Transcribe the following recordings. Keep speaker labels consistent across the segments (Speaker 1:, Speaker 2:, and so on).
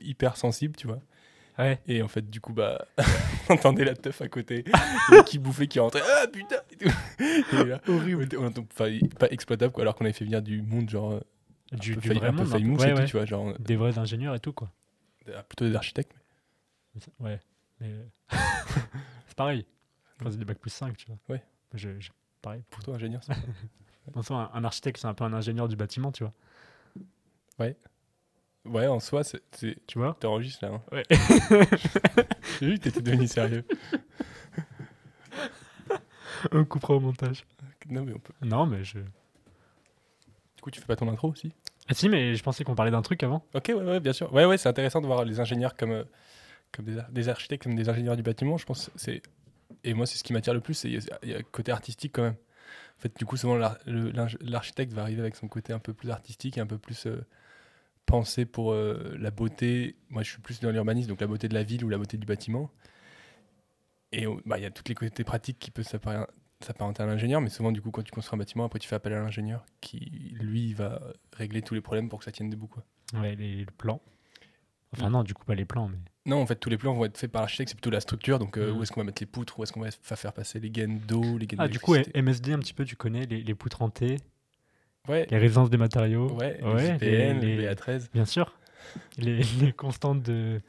Speaker 1: hyper sensible, tu vois.
Speaker 2: Ouais.
Speaker 1: Et en fait, du coup, bah, entendait la teuf à côté et qui bouffait, qui rentrait, ah putain et tout. Et là,
Speaker 2: Horrible.
Speaker 1: on entend- enfin, pas exploitable, quoi, alors qu'on avait fait venir du monde, genre, euh, un
Speaker 2: Du,
Speaker 1: peu
Speaker 2: du
Speaker 1: faille-
Speaker 2: vrai
Speaker 1: un peu
Speaker 2: monde, un
Speaker 1: faille
Speaker 2: peu-
Speaker 1: mouche
Speaker 2: ouais,
Speaker 1: et tout,
Speaker 2: ouais.
Speaker 1: tu vois, genre,
Speaker 2: Des vrais ingénieurs et tout, quoi.
Speaker 1: euh, plutôt des architectes.
Speaker 2: Ouais. Mais... euh, c'est pareil. Quand c'est du bac plus 5, tu vois.
Speaker 1: Ouais.
Speaker 2: Je, je- Pareil.
Speaker 1: Pour toi, ingénieur, c'est-
Speaker 2: En soi, un, un architecte, c'est un peu un ingénieur du bâtiment, tu vois.
Speaker 1: Ouais, en soi, c'est. c'est-
Speaker 2: Tu vois
Speaker 1: T'enregistres là. hein.
Speaker 2: Ouais.
Speaker 1: J'ai vu que t'étais devenu sérieux.
Speaker 2: On coupera au montage.
Speaker 1: Non, mais on peut.
Speaker 2: Non, mais je.
Speaker 1: Du coup, tu fais pas ton intro aussi
Speaker 2: Ah si, mais je pensais qu'on parlait d'un truc avant.
Speaker 1: Ok, ouais, ouais, bien sûr. Ouais, ouais, c'est intéressant de voir les ingénieurs comme, euh, comme des, ar- des architectes, comme des ingénieurs du bâtiment. Je pense que c'est et moi c'est ce qui m'attire le plus, c'est il y a- il y a le côté artistique quand même. En fait, du coup, souvent l'ar- le- l'ing- l'architecte va arriver avec son côté un peu plus artistique et un peu plus euh, pensé pour euh, la beauté. Moi, je suis plus dans l'urbanisme, donc la beauté de la ville ou la beauté du bâtiment. Et euh, bah, il y a tous les côtés pratiques qui peuvent s'apparen- s'apparenter à l'ingénieur, mais souvent, du coup, quand tu construis un bâtiment, après tu fais appel à l'ingénieur qui, lui, va régler tous les problèmes pour que ça tienne debout. Quoi.
Speaker 2: Ouais, les, le plan. Enfin, non, du coup, pas les plans, mais.
Speaker 1: Non, en fait, tous les plans vont être faits par l'architecte, c'est plutôt la structure. Donc, euh,
Speaker 2: Mhm.
Speaker 1: où est-ce qu'on va mettre les poutres, où est-ce qu'on va fa- faire passer les gaines d'eau, les gaines
Speaker 2: Ah, du coup,
Speaker 1: d'électricité.
Speaker 2: MSD, un petit peu, tu connais les, les poutres hantées,
Speaker 1: Ouais,
Speaker 2: les résidences des matériaux.
Speaker 1: ouais,
Speaker 2: Ouais,
Speaker 1: les IPN, les,
Speaker 2: les- les-
Speaker 1: BA13,
Speaker 2: Bien sûr. Les, les constantes de.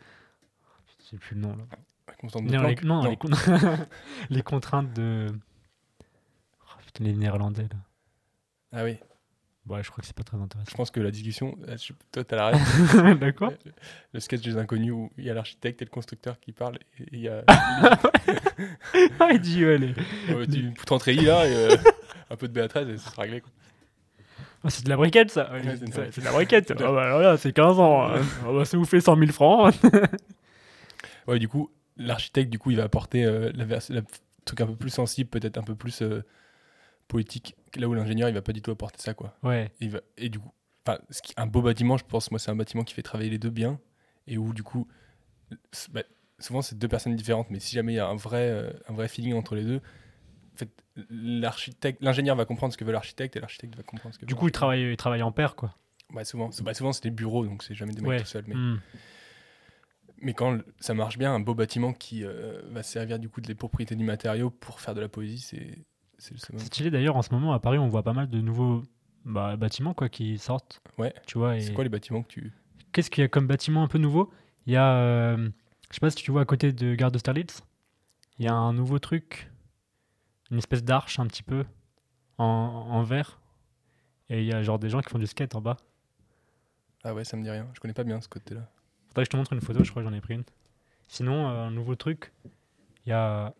Speaker 2: Je sais plus le nom, là.
Speaker 1: la constante de
Speaker 2: Non, les,
Speaker 1: Planck.
Speaker 2: non,
Speaker 1: Non,
Speaker 2: Les, con- les contraintes de. Oh, putain, les Néerlandais, là.
Speaker 1: Ah oui,
Speaker 2: Ouais, je crois que c'est pas très
Speaker 1: je
Speaker 2: intéressant.
Speaker 1: pense que la discussion, euh, je- toi, t'as
Speaker 2: Ah,
Speaker 1: la règle.
Speaker 2: D'accord
Speaker 1: le sketch des inconnus où il y a l'architecte et le constructeur qui parlent. Et il y a
Speaker 2: Ah, il dit, ouais, les-
Speaker 1: euh, une poutre en treillis là, et, euh, un peu de BA13 et ça sera réglé. quoi.
Speaker 2: Ah, c'est de la briquette, ça. Ouais,
Speaker 1: Ouais,
Speaker 2: c'est,
Speaker 1: c'est de la
Speaker 2: c'est-
Speaker 1: briquette.
Speaker 2: c'est de la briquette. Ah, bah, alors là, c'est 15 ans. hein. Ah, bah, ça vous fait 100 000 francs. hein.
Speaker 1: Ouais, du coup, l'architecte, du coup, il va apporter euh, la, vers- la- truc un peu plus sensible, peut-être un peu plus euh, poétique, là où l'ingénieur, il va pas du tout apporter ça, quoi.
Speaker 2: Ouais,
Speaker 1: Et, va- et du coup, enfin, ce qui- un beau bâtiment, je pense, moi, c'est un bâtiment qui fait travailler les deux bien. Et où, du coup, s- bah, souvent, c'est deux personnes différentes. Mais si jamais il y a un vrai, euh, un vrai feeling entre les deux, en fait, l'architecte, l'ingénieur va comprendre ce que veut l'architecte et l'architecte va comprendre ce que
Speaker 2: du
Speaker 1: veut
Speaker 2: coup, il travaille, il travaille en paire, quoi.
Speaker 1: l'ingénieur. Bah, souvent, c'est- bah, souvent, c'est des bureaux, donc c'est jamais des mecs
Speaker 2: Ouais.
Speaker 1: tout seuls. Mais,
Speaker 2: Hmm.
Speaker 1: mais quand le- ça marche bien, un beau bâtiment qui euh, va servir, du coup, des propriétés du matériau pour faire de la poésie, c'est c'est le summum.
Speaker 2: C'est stylé d'ailleurs en ce moment à Paris, on voit pas mal de nouveaux bah, bâtiments quoi qui sortent.
Speaker 1: Ouais.
Speaker 2: Tu vois, et
Speaker 1: C'est quoi les bâtiments que tu.
Speaker 2: qu'est-ce qu'il y a comme bâtiment un peu nouveau Il y a, euh, je sais pas si tu vois à côté de Gare d'Austerlitz, il y a un nouveau truc, une espèce d'arche un petit peu en, en verre, et il y a genre des gens qui font du skate en bas.
Speaker 1: Ah ouais, ça me dit rien. Je connais pas bien ce côté-là.
Speaker 2: Faudrait que je te montre une photo, je crois que j'en ai pris une. Sinon, euh, un nouveau truc, il y a,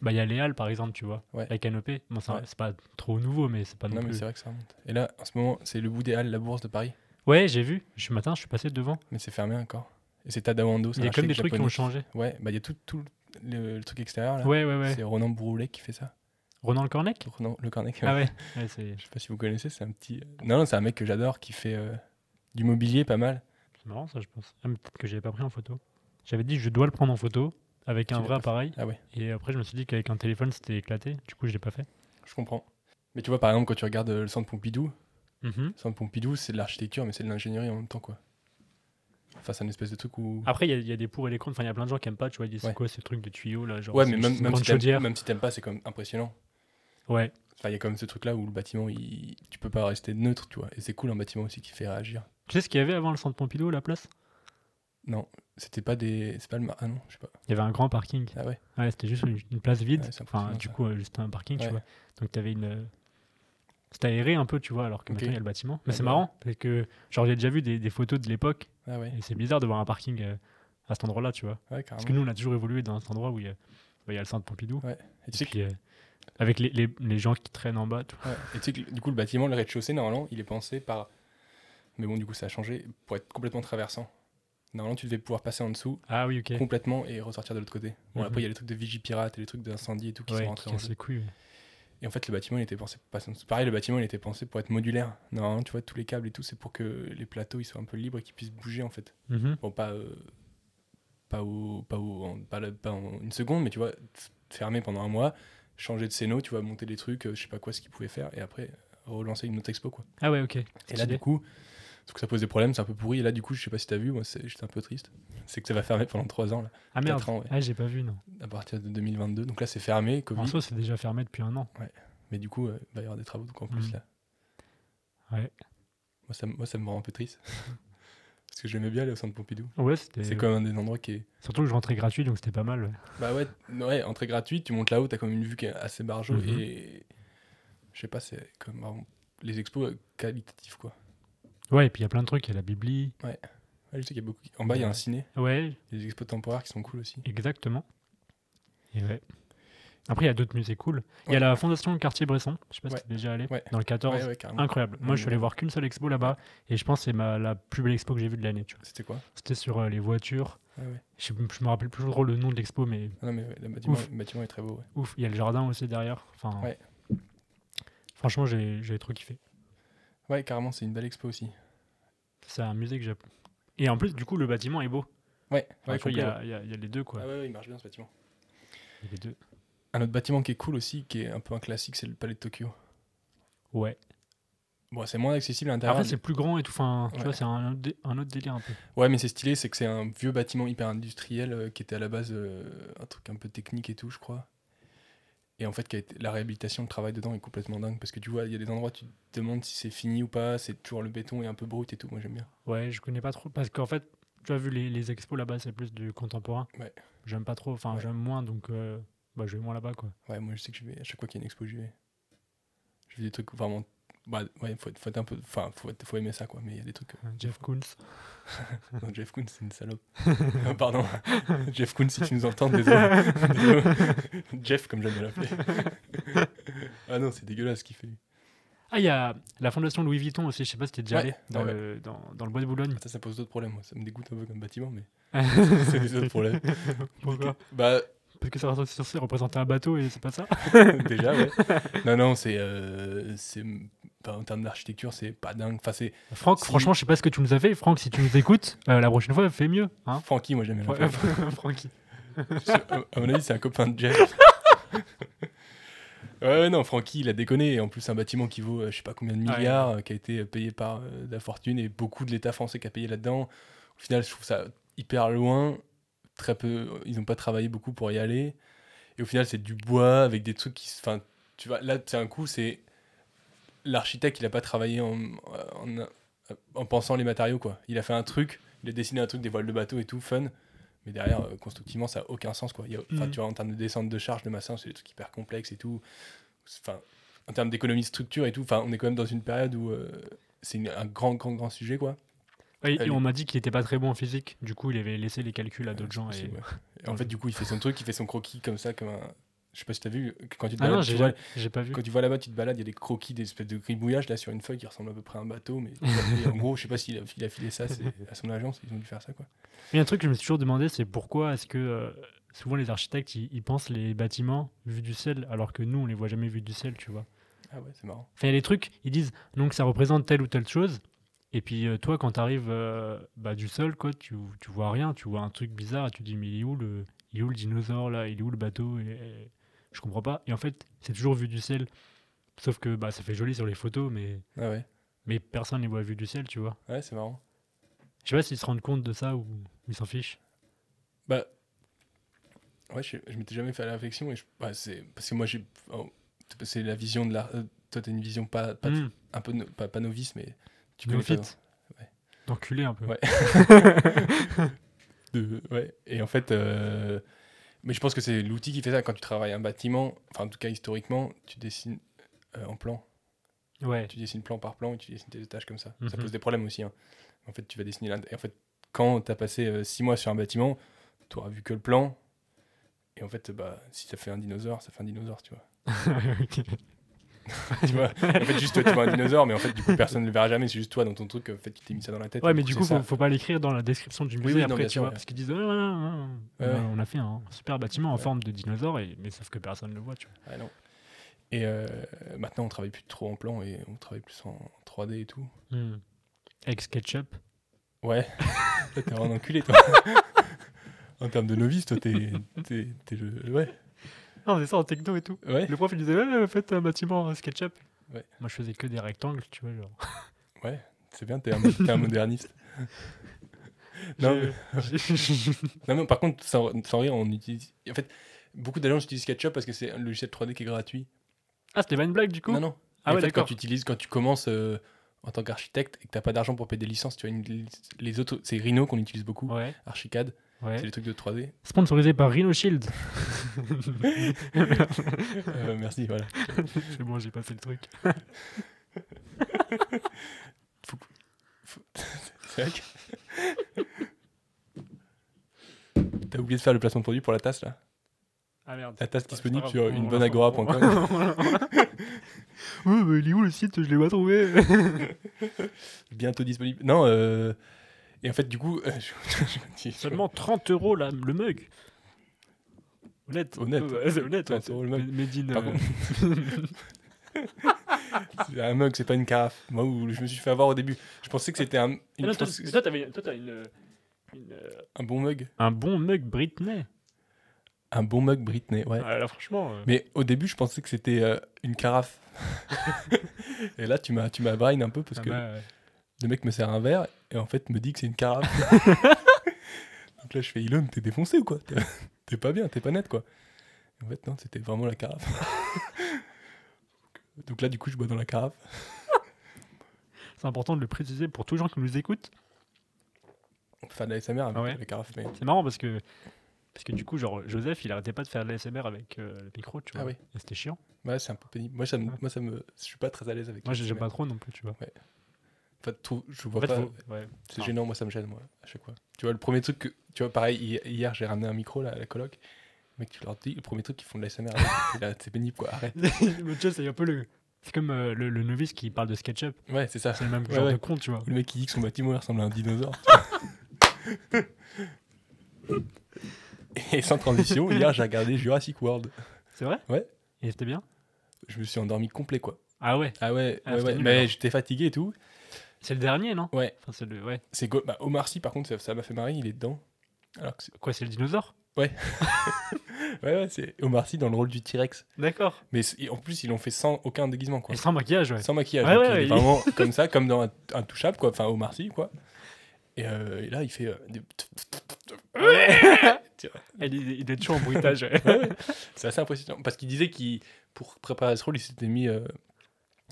Speaker 2: bah, il y a les Halles par exemple, tu vois,
Speaker 1: Ouais.
Speaker 2: la canopée. Bon, c'est un-
Speaker 1: Ouais.
Speaker 2: c'est pas trop nouveau, mais c'est pas non,
Speaker 1: Non, mais
Speaker 2: plus.
Speaker 1: c'est vrai que ça remonte. Et là, en ce moment, c'est le bout des Halles, la Bourse de Paris.
Speaker 2: Ouais, j'ai vu. Ce matin, je suis passé devant.
Speaker 1: Mais c'est fermé encore. Et c'est Tadawando. c'est
Speaker 2: Il y a
Speaker 1: un
Speaker 2: comme des
Speaker 1: architecte
Speaker 2: trucs qui ont
Speaker 1: japonais.
Speaker 2: changé.
Speaker 1: Ouais, bah il y a tout, tout le, le truc extérieur là.
Speaker 2: Ouais, ouais, ouais.
Speaker 1: C'est Ronan Broulet qui fait ça.
Speaker 2: Ronan Le Cornec
Speaker 1: Ronan Le Cornec.
Speaker 2: Ah ouais. Ouais, c'est
Speaker 1: Je sais pas si vous connaissez, c'est un petit. Non, non, c'est un mec que j'adore qui fait euh, du mobilier pas mal.
Speaker 2: c'est marrant ça, je pense. Ah, mais peut-être que j'avais pas pris en photo. J'avais dit je dois le prendre en photo avec
Speaker 1: Tu
Speaker 2: un
Speaker 1: l'as
Speaker 2: vrai
Speaker 1: pas fait.
Speaker 2: appareil.
Speaker 1: Ah ouais,
Speaker 2: Et après, je me suis dit qu'avec un téléphone, c'était éclaté. Du coup, je l'ai pas fait.
Speaker 1: je comprends. Mais tu vois, par exemple, quand tu regardes euh, le centre Pompidou,
Speaker 2: Mhm.
Speaker 1: le centre Pompidou, c'est de l'architecture, mais c'est de l'ingénierie en même temps, quoi. Enfin, c'est un espèce de truc où.
Speaker 2: Après, il y a- il y, a des pour et des contre. Enfin, il y a plein de gens qui aiment pas. Tu vois, ils disent c'est
Speaker 1: Ouais.
Speaker 2: quoi ces trucs de tuyaux là genre,
Speaker 1: ouais,
Speaker 2: c'est
Speaker 1: mais
Speaker 2: juste
Speaker 1: même,
Speaker 2: une
Speaker 1: même,
Speaker 2: grande
Speaker 1: si t'aimes-
Speaker 2: chaudière.
Speaker 1: même si t'aimes pas, c'est quand même impressionnant.
Speaker 2: Ouais,
Speaker 1: Enfin, il y a quand même ce truc là où le bâtiment, il... tu peux pas rester neutre, tu vois. Et c'est cool un bâtiment aussi qui fait réagir.
Speaker 2: tu sais ce qu'il y avait avant le centre Pompidou, la place
Speaker 1: Non, c'était pas des. C'est pas le. mar- Ah non, je sais pas.
Speaker 2: Il y avait un grand parking.
Speaker 1: Ah ouais.
Speaker 2: Ouais, c'était juste une, une place vide.
Speaker 1: Ouais, c'est
Speaker 2: enfin,
Speaker 1: impressionnant,
Speaker 2: du
Speaker 1: ça.
Speaker 2: coup, euh, juste un parking, tu
Speaker 1: Ouais.
Speaker 2: vois. Donc, t'avais une. euh, C'était aéré un peu, tu vois, alors que
Speaker 1: Ok.
Speaker 2: maintenant, il y a le bâtiment. Mais
Speaker 1: Ah
Speaker 2: c'est
Speaker 1: bah.
Speaker 2: marrant, parce que, genre, j'ai déjà vu des, des photos de l'époque,
Speaker 1: Ah ouais,
Speaker 2: et c'est bizarre de voir un parking euh, à cet endroit-là, tu vois.
Speaker 1: Ah ouais carrément.
Speaker 2: Parce que nous, on a toujours évolué dans cet endroit où il y a, bah, il y a le centre Pompidou.
Speaker 1: Et tu
Speaker 2: Et
Speaker 1: sais
Speaker 2: puis, euh, avec les, les, les gens qui traînent en bas, tout.
Speaker 1: Ouais, Et tu sais que du coup, le bâtiment, le rez-de-chaussée, normalement, il est pensé par. Mais bon, du coup, ça a changé pour être complètement traversant. Normalement, tu devais pouvoir passer en dessous
Speaker 2: Ah oui, ok.
Speaker 1: complètement et ressortir de l'autre côté. Bon,
Speaker 2: Mhm.
Speaker 1: après, il y a les trucs de Vigipirate et les trucs d'incendie et tout qui
Speaker 2: Ouais,
Speaker 1: sont
Speaker 2: qui
Speaker 1: rentrés en
Speaker 2: casse
Speaker 1: jeu.
Speaker 2: les couilles. ouais.
Speaker 1: Et en fait, le bâtiment, il était pensé pour passer en dessous. Pareil, le bâtiment, il était pensé pour être modulaire. Normalement, tu vois, tous les câbles et tout, c'est pour que les plateaux, ils soient un peu libres et qu'ils puissent bouger, en fait.
Speaker 2: Mhm.
Speaker 1: Bon, pas. euh, Pas, au, pas, au, en- pas, la- pas en une seconde, mais tu vois, f- fermer pendant un mois, changer de scéno, tu vois, monter des trucs, euh, je sais pas quoi, ce qu'ils pouvaient faire, et après relancer une autre expo, quoi.
Speaker 2: Ah ouais, ok.
Speaker 1: Et là, du coup, Sauf que ça pose des problèmes, c'est un peu pourri. Et là, du coup, je sais pas si t'as vu, moi, c'est- j'étais un peu triste. C'est que ça va fermer pendant 3 ans, là,
Speaker 2: Ah merde.
Speaker 1: Quatre ans, ouais.
Speaker 2: Ah, j'ai pas vu, non.
Speaker 1: à partir de 2022. Donc là, c'est fermé, Covid.
Speaker 2: En soi, c'est déjà fermé depuis un an.
Speaker 1: Mais du coup, euh, il va y avoir des travaux donc en
Speaker 2: Mm.
Speaker 1: plus là.
Speaker 2: Ouais.
Speaker 1: Moi ça, me- moi, ça me rend un peu triste. Parce que j'aimais bien aller au centre Pompidou.
Speaker 2: Ouais, c'était.
Speaker 1: C'est quand même un des endroits qui est.
Speaker 2: Surtout que je rentrais gratuit, donc c'était pas mal. ouais.
Speaker 1: Bah ouais, ouais entrée gratuite, tu montes là-haut, t'as quand même une vue qui est assez barjo.
Speaker 2: Mhm.
Speaker 1: Et. Je sais pas, c'est comme vraiment les expos euh, qualitatifs quoi.
Speaker 2: Ouais, et puis il y a plein de trucs. Il y a la Bibli.
Speaker 1: Ouais, je sais qu'il y a beaucoup. En bas, il y a un ciné.
Speaker 2: Ouais,
Speaker 1: Il y a des expos temporaires qui sont cool aussi.
Speaker 2: exactement. Et ouais. Après, il y a d'autres musées cool. Il y a
Speaker 1: Ouais.
Speaker 2: la Fondation Quartier Bresson. Je sais pas si
Speaker 1: Ouais.
Speaker 2: t'es déjà allé.
Speaker 1: Ouais.
Speaker 2: Dans le 14.
Speaker 1: Ouais, ouais, carrément.
Speaker 2: Incroyable. Moi, je suis allé voir qu'une seule expo là-bas. Et je pense que c'est ma, la plus belle expo que j'ai vue de l'année. tu vois.
Speaker 1: C'était quoi
Speaker 2: C'était sur euh, les voitures.
Speaker 1: Ouais, ouais.
Speaker 2: Je, sais- je me rappelle plus trop le nom de l'expo, mais
Speaker 1: Ah Non, mais ouais, le, bâtiment,
Speaker 2: Ouf.
Speaker 1: le bâtiment est très beau. ouais.
Speaker 2: ouf. Il y a le jardin aussi derrière. Enfin,
Speaker 1: Ouais.
Speaker 2: Franchement, j'ai j'ai trop kiffé.
Speaker 1: Ouais, carrément, c'est une belle expo aussi.
Speaker 2: C'est un musée que j'ai. Et en plus, du coup, le bâtiment est beau.
Speaker 1: Ouais,
Speaker 2: Enfin,
Speaker 1: ouais,
Speaker 2: tu vois, il y,
Speaker 1: complet,
Speaker 2: a- il y a il y a les deux, quoi.
Speaker 1: Ah ouais, ouais, il marche bien ce bâtiment.
Speaker 2: Il y a les deux.
Speaker 1: Un autre bâtiment qui est cool aussi, qui est un peu un classique, c'est le Palais de Tokyo.
Speaker 2: Ouais.
Speaker 1: Bon, c'est moins accessible à l'intérieur.
Speaker 2: Après, c'est plus grand et tout. Enfin, tu
Speaker 1: Ouais.
Speaker 2: vois, c'est un, autre dé- un autre délire un peu.
Speaker 1: Ouais, mais c'est stylé, c'est que c'est un vieux bâtiment hyper industriel euh, qui était à la base euh, un truc un peu technique et tout, je crois. Et en fait, qui a été- la réhabilitation, le travail dedans est complètement dingue. Parce que tu vois, il y a des endroits, tu te demandes si c'est fini ou pas, c'est toujours le béton et un peu brut et tout. Moi, j'aime bien.
Speaker 2: Ouais, je connais pas trop. Parce qu'en fait, tu as vu les, les expos là-bas, c'est plus du contemporain.
Speaker 1: Ouais.
Speaker 2: J'aime pas trop. Enfin,
Speaker 1: Ouais.
Speaker 2: j'aime moins, donc euh, bah, je vais moins là-bas, quoi.
Speaker 1: Ouais, moi, je sais que je vais, à chaque fois qu'il y a une expo, j'y vais. Je fais des trucs vraiment. Bah, ouais, faut être, faut être un peu. Enfin, faut, être- faut aimer ça, quoi. Mais il y a des trucs.
Speaker 2: Hein, Jeff Koons.
Speaker 1: Non, Jeff Koons, c'est une salope. Ah, Pardon. Jeff Koons, si tu nous entends, désolé. Désolé. Jeff, comme j'aime bien l'appeler. ah non, c'est dégueulasse ce qu'il fait.
Speaker 2: Ah, il y a la fondation Louis Vuitton aussi. Je sais pas si t'es déjà
Speaker 1: Ouais,
Speaker 2: allé dans,
Speaker 1: ouais,
Speaker 2: le, dans, dans le bois de Boulogne.
Speaker 1: Ah, Ça, ça pose d'autres problèmes. moi. Ça me dégoûte un peu comme bâtiment, mais c'est des autres problèmes.
Speaker 2: Pourquoi
Speaker 1: Bah,
Speaker 2: Parce que ça va sur- sur- représenter un bateau et c'est pas ça
Speaker 1: déjà, ouais. Non, non, c'est. euh, c'est- enfin, en termes d'architecture, c'est pas dingue. Enfin, c'est.
Speaker 2: Franck,
Speaker 1: Si.
Speaker 2: franchement, je sais pas ce que tu nous as fait. Franck, si tu nous écoutes, euh, la prochaine fois, fais mieux. Hein
Speaker 1: Francky, moi, j'aime bien l'appeler.
Speaker 2: Francky.
Speaker 1: À à mon avis, c'est un copain de Jeff. Ouais, ouais, non, Francky, il a déconné. Et en plus, un bâtiment qui vaut euh, je sais pas combien de
Speaker 2: Ouais.
Speaker 1: milliards, euh, qui a été euh, payé par euh, de la fortune et beaucoup de l'État français qui a payé là-dedans. Au final, je trouve ça hyper loin. Très peu, euh, ils n'ont pas travaillé beaucoup pour y aller. Et au final, c'est du bois avec des trucs qui. se- Enfin, tu vois, là, c'est un coup, c'est. L'architecte, il a pas travaillé en, en, en pensant les matériaux, quoi. Il a fait un truc, il a dessiné un truc, des voiles de bateau et tout, fun. Mais derrière, euh, constructivement, ça n'a aucun sens, quoi. Il y a- enfin,
Speaker 2: Mhm.
Speaker 1: Tu vois, en termes de descente de charge, de massin, c'est des trucs hyper complexes et tout. C'est- Enfin, en termes d'économie de structure et tout, enfin, on est quand même dans une période où euh, c'est une- un grand, grand, grand sujet, quoi.
Speaker 2: Ouais, et
Speaker 1: Allez.
Speaker 2: on m'a dit qu'il était pas très bon en physique. Du coup, il avait laissé les calculs à d'autres
Speaker 1: C'est
Speaker 2: gens. Et...
Speaker 1: possible, ouais. Et en fait, du coup, il fait son truc, il fait son croquis comme ça, comme un. Je sais pas si t'as vu, quand tu te
Speaker 2: Ah non,
Speaker 1: balades, tu
Speaker 2: j'ai
Speaker 1: vois,
Speaker 2: j'ai pas vu.
Speaker 1: Quand tu vois là-bas, tu te balades, il y a des croquis, des espèces de gribouillages là sur une feuille qui ressemble à peu près à un bateau. Mais et en gros, je sais pas s'il a, il a filé ça c'est- à son agence, ils ont dû faire ça quoi.
Speaker 2: Mais un truc que je me suis toujours demandé, c'est pourquoi est-ce que euh, souvent les architectes, ils, ils pensent les bâtiments vus du ciel, alors que nous, on les voit jamais vus du ciel, tu vois.
Speaker 1: Ah ouais, c'est marrant.
Speaker 2: Enfin, il y a des trucs, ils disent donc ça représente telle ou telle chose. Et puis euh, toi, quand t'arrives euh, bah, du sol, quoi, tu, tu vois rien, tu vois un truc bizarre et tu dis mais il est où le, il est où le dinosaure là, il est où le bateau et, et Je comprends pas. Et en fait, c'est toujours vu du ciel. Sauf que bah, ça fait joli sur les photos, mais,
Speaker 1: Ah ouais,
Speaker 2: mais personne ne les voit vu du ciel, tu vois.
Speaker 1: ouais, c'est marrant.
Speaker 2: Je sais pas s'ils se rendent compte de ça ou ils s'en fichent.
Speaker 1: Bah ouais, je, je m'étais jamais fait la réflexion et je- bah, c'est parce que moi j'ai oh, c'est la vision de la. euh, toi t'as une vision pas, pas
Speaker 2: Hmm,
Speaker 1: un peu no- pas, pas novice mais tu connais pas,
Speaker 2: néophyte.
Speaker 1: Ouais.
Speaker 2: D'enculé un peu.
Speaker 1: Ouais. De- ouais. Et en fait, euh, mais je pense que c'est l'outil qui fait ça quand tu travailles un bâtiment. Enfin, en tout cas historiquement, tu dessines euh, en plan.
Speaker 2: Ouais.
Speaker 1: tu dessines plan par plan et tu dessines tes étages comme ça. Ça
Speaker 2: Mhm.
Speaker 1: pose des problèmes aussi. hein. En fait, tu vas dessiner l'int- et En fait, quand tu as passé 6 mois sur un bâtiment, tu auras vu que le plan. Et en fait, bah, si ça fait un dinosaure, ça fait un dinosaure, tu vois.
Speaker 2: Ok.
Speaker 1: tu vois en fait, juste toi, tu vois un dinosaure, mais en fait, du coup, personne ne le verra jamais. C'est juste toi dans ton truc. En fait, tu t'es mis ça dans la tête.
Speaker 2: Ouais, mais du coup,
Speaker 1: c'est
Speaker 2: faut,
Speaker 1: ça.
Speaker 2: faut pas l'écrire dans la description du
Speaker 1: Oui,
Speaker 2: musée
Speaker 1: oui, non,
Speaker 2: après,
Speaker 1: bien
Speaker 2: tu
Speaker 1: sûr,
Speaker 2: vois,
Speaker 1: ouais.
Speaker 2: parce qu'ils disent Ah, ah, ah,
Speaker 1: Ouais,
Speaker 2: ah, on a-
Speaker 1: ouais.
Speaker 2: on a fait un super bâtiment en
Speaker 1: Ouais.
Speaker 2: forme de dinosaure, et, mais sauf que personne ne le voit, tu vois.
Speaker 1: Ah, non. Et euh, maintenant, on travaille plus trop en plan et on travaille plus en 3D et tout.
Speaker 2: Hmm. Avec SketchUp.
Speaker 1: Ouais. toi, t'es un enculé, toi. en termes de novice, toi, t'es. t'es- t'es le- Ouais.
Speaker 2: Non, Ah, on faisait ça en techno et tout.
Speaker 1: Ouais.
Speaker 2: Le prof, il disait Ouais, faites un bâtiment en SketchUp.
Speaker 1: Ouais.
Speaker 2: Moi, je faisais que des rectangles, tu vois, genre.
Speaker 1: Ouais, C'est bien, t'es un, mo- t'es un moderniste. non, mais-
Speaker 2: J'ai-
Speaker 1: non, mais par contre, sans, sans rire, on utilise. En fait, beaucoup d'agents utilisent SketchUp parce que c'est un logiciel 3D qui est gratuit.
Speaker 2: ah, c'était pas une blague du coup
Speaker 1: Non, non.
Speaker 2: Ah
Speaker 1: Et en
Speaker 2: ouais,
Speaker 1: fait, quand
Speaker 2: d'accord.
Speaker 1: tu utilises, quand tu commences euh, en tant qu'architecte et que t'as pas d'argent pour payer des licences, tu as une, les autres, c'est Rhino qu'on utilise beaucoup,
Speaker 2: Ouais,
Speaker 1: Archicad, c'est
Speaker 2: ouais.
Speaker 1: les trucs de 3D.
Speaker 2: Sponsorisé par Rhino Shield.
Speaker 1: Euh, merci, voilà.
Speaker 2: C'est bon, j'ai passé le truc.
Speaker 1: C'est vrai que- T'as oublié de faire le placement de produit pour la tasse là
Speaker 2: Ah merde.
Speaker 1: La tasse disponible
Speaker 2: C'est pas
Speaker 1: sur
Speaker 2: grave, on- on
Speaker 1: une
Speaker 2: la-
Speaker 1: agora.com.
Speaker 2: on- Ouais, mais il est où le site Je l'ai pas trouvé.
Speaker 1: bientôt disponible. Non, euh, et en fait, du coup, euh, je, je me dis-
Speaker 2: Seulement 30 euros la- le mug. Honnête.
Speaker 1: Honnête.
Speaker 2: Ouais, c'est honnête.
Speaker 1: 30
Speaker 2: ouais,
Speaker 1: euros le
Speaker 2: c'est-
Speaker 1: mug.
Speaker 2: Made in,
Speaker 1: Par
Speaker 2: euh,
Speaker 1: contre- c'est un mug, c'est pas une carafe. Moi, où je me suis fait avoir au début. Je pensais que c'était un, une-
Speaker 2: Ah non,
Speaker 1: je
Speaker 2: toi,
Speaker 1: pensais que c'était
Speaker 2: toi, t'avais- toi, t'as une, euh, une, euh,
Speaker 1: un bon mug.
Speaker 2: Un bon mug Britney.
Speaker 1: Un bon mug Britney, ouais.
Speaker 2: Ah, là, franchement. euh,
Speaker 1: Mais au début, je pensais que c'était euh, une carafe. et là, tu m'as, tu m'as brain un peu parce
Speaker 2: ah
Speaker 1: que
Speaker 2: bah, ouais.
Speaker 1: le mec me sert un verre et en fait me dit que c'est une carafe. Donc là, je fais Elon, t'es défoncé ou quoi T'es- T'es pas bien, t'es pas net quoi. Et en fait, non, c'était vraiment la carafe. euh, Donc là, du coup, je bois dans la carafe.
Speaker 2: C'est important de le préciser pour tous les gens qui nous écoutent.
Speaker 1: On peut faire de la SMR avec
Speaker 2: Ah ouais
Speaker 1: la carafe, mais.
Speaker 2: C'est marrant parce que. Parce que du coup, genre, Joseph, il arrêtait pas de faire de l'ASMR avec euh, le micro, tu
Speaker 1: Ah
Speaker 2: vois.
Speaker 1: oui.
Speaker 2: Et c'était chiant.
Speaker 1: Ouais, c'est un peu pénible. Moi, ça me, moi, ça me, je suis pas très à l'aise avec.
Speaker 2: Moi,
Speaker 1: la
Speaker 2: j'aime
Speaker 1: SMR.
Speaker 2: pas trop non plus, tu vois.
Speaker 1: Enfin, trop- je
Speaker 2: En
Speaker 1: vois
Speaker 2: fait,
Speaker 1: pas.
Speaker 2: faut- ouais.
Speaker 1: C'est
Speaker 2: Ah.
Speaker 1: gênant, moi ça me gêne, moi, à chaque fois. Tu vois, le premier truc que. Tu vois, pareil, hi- hier j'ai ramené un micro là, à la coloc. Mec, tu leur dis, le premier truc qu'ils font de la SMR, c'est pénible quoi, arrête.
Speaker 2: Mais tu vois, c'est un peu le. C'est comme euh, le, le novice qui parle de SketchUp.
Speaker 1: Ouais, c'est ça.
Speaker 2: C'est le même
Speaker 1: Ouais,
Speaker 2: genre
Speaker 1: ouais.
Speaker 2: de con, tu vois.
Speaker 1: Le mec qui dit que son bâtiment il ressemble à un dinosaure. Et sans transition, hier j'ai regardé Jurassic World.
Speaker 2: C'est vrai
Speaker 1: Ouais.
Speaker 2: Et c'était bien
Speaker 1: Je me suis endormi complet quoi.
Speaker 2: Ah ouais.
Speaker 1: Ah ouais,
Speaker 2: Ah,
Speaker 1: ouais,
Speaker 2: c'était
Speaker 1: ouais.
Speaker 2: nul,
Speaker 1: mais
Speaker 2: alors.
Speaker 1: j'étais fatigué et tout.
Speaker 2: C'est le dernier, non
Speaker 1: Ouais.
Speaker 2: Enfin, c'est le. Ouais.
Speaker 1: C'est go- bah, Omar Sy par contre, ça- ça m'a fait marrer, il est dedans. Alors que c'est-
Speaker 2: Quoi, c'est le dinosaure
Speaker 1: ouais, ouais, c'est Omar Sy dans le rôle du T-Rex.
Speaker 2: D'accord.
Speaker 1: Mais c'est- en plus, ils l'ont fait sans aucun déguisement quoi.
Speaker 2: Et sans maquillage, ouais.
Speaker 1: sans maquillage.
Speaker 2: Ouais,
Speaker 1: donc il
Speaker 2: ouais,
Speaker 1: est
Speaker 2: il-
Speaker 1: vraiment comme ça, comme dans un, un touchable, quoi. Enfin, Omar Sy, quoi. Et, euh, et là, il fait. euh, des-
Speaker 2: Elle, il, il est toujours en bruitage. ouais.
Speaker 1: C'est assez impressionnant. Parce qu'il disait qu'il, pour préparer ce rôle, il s'était mis euh,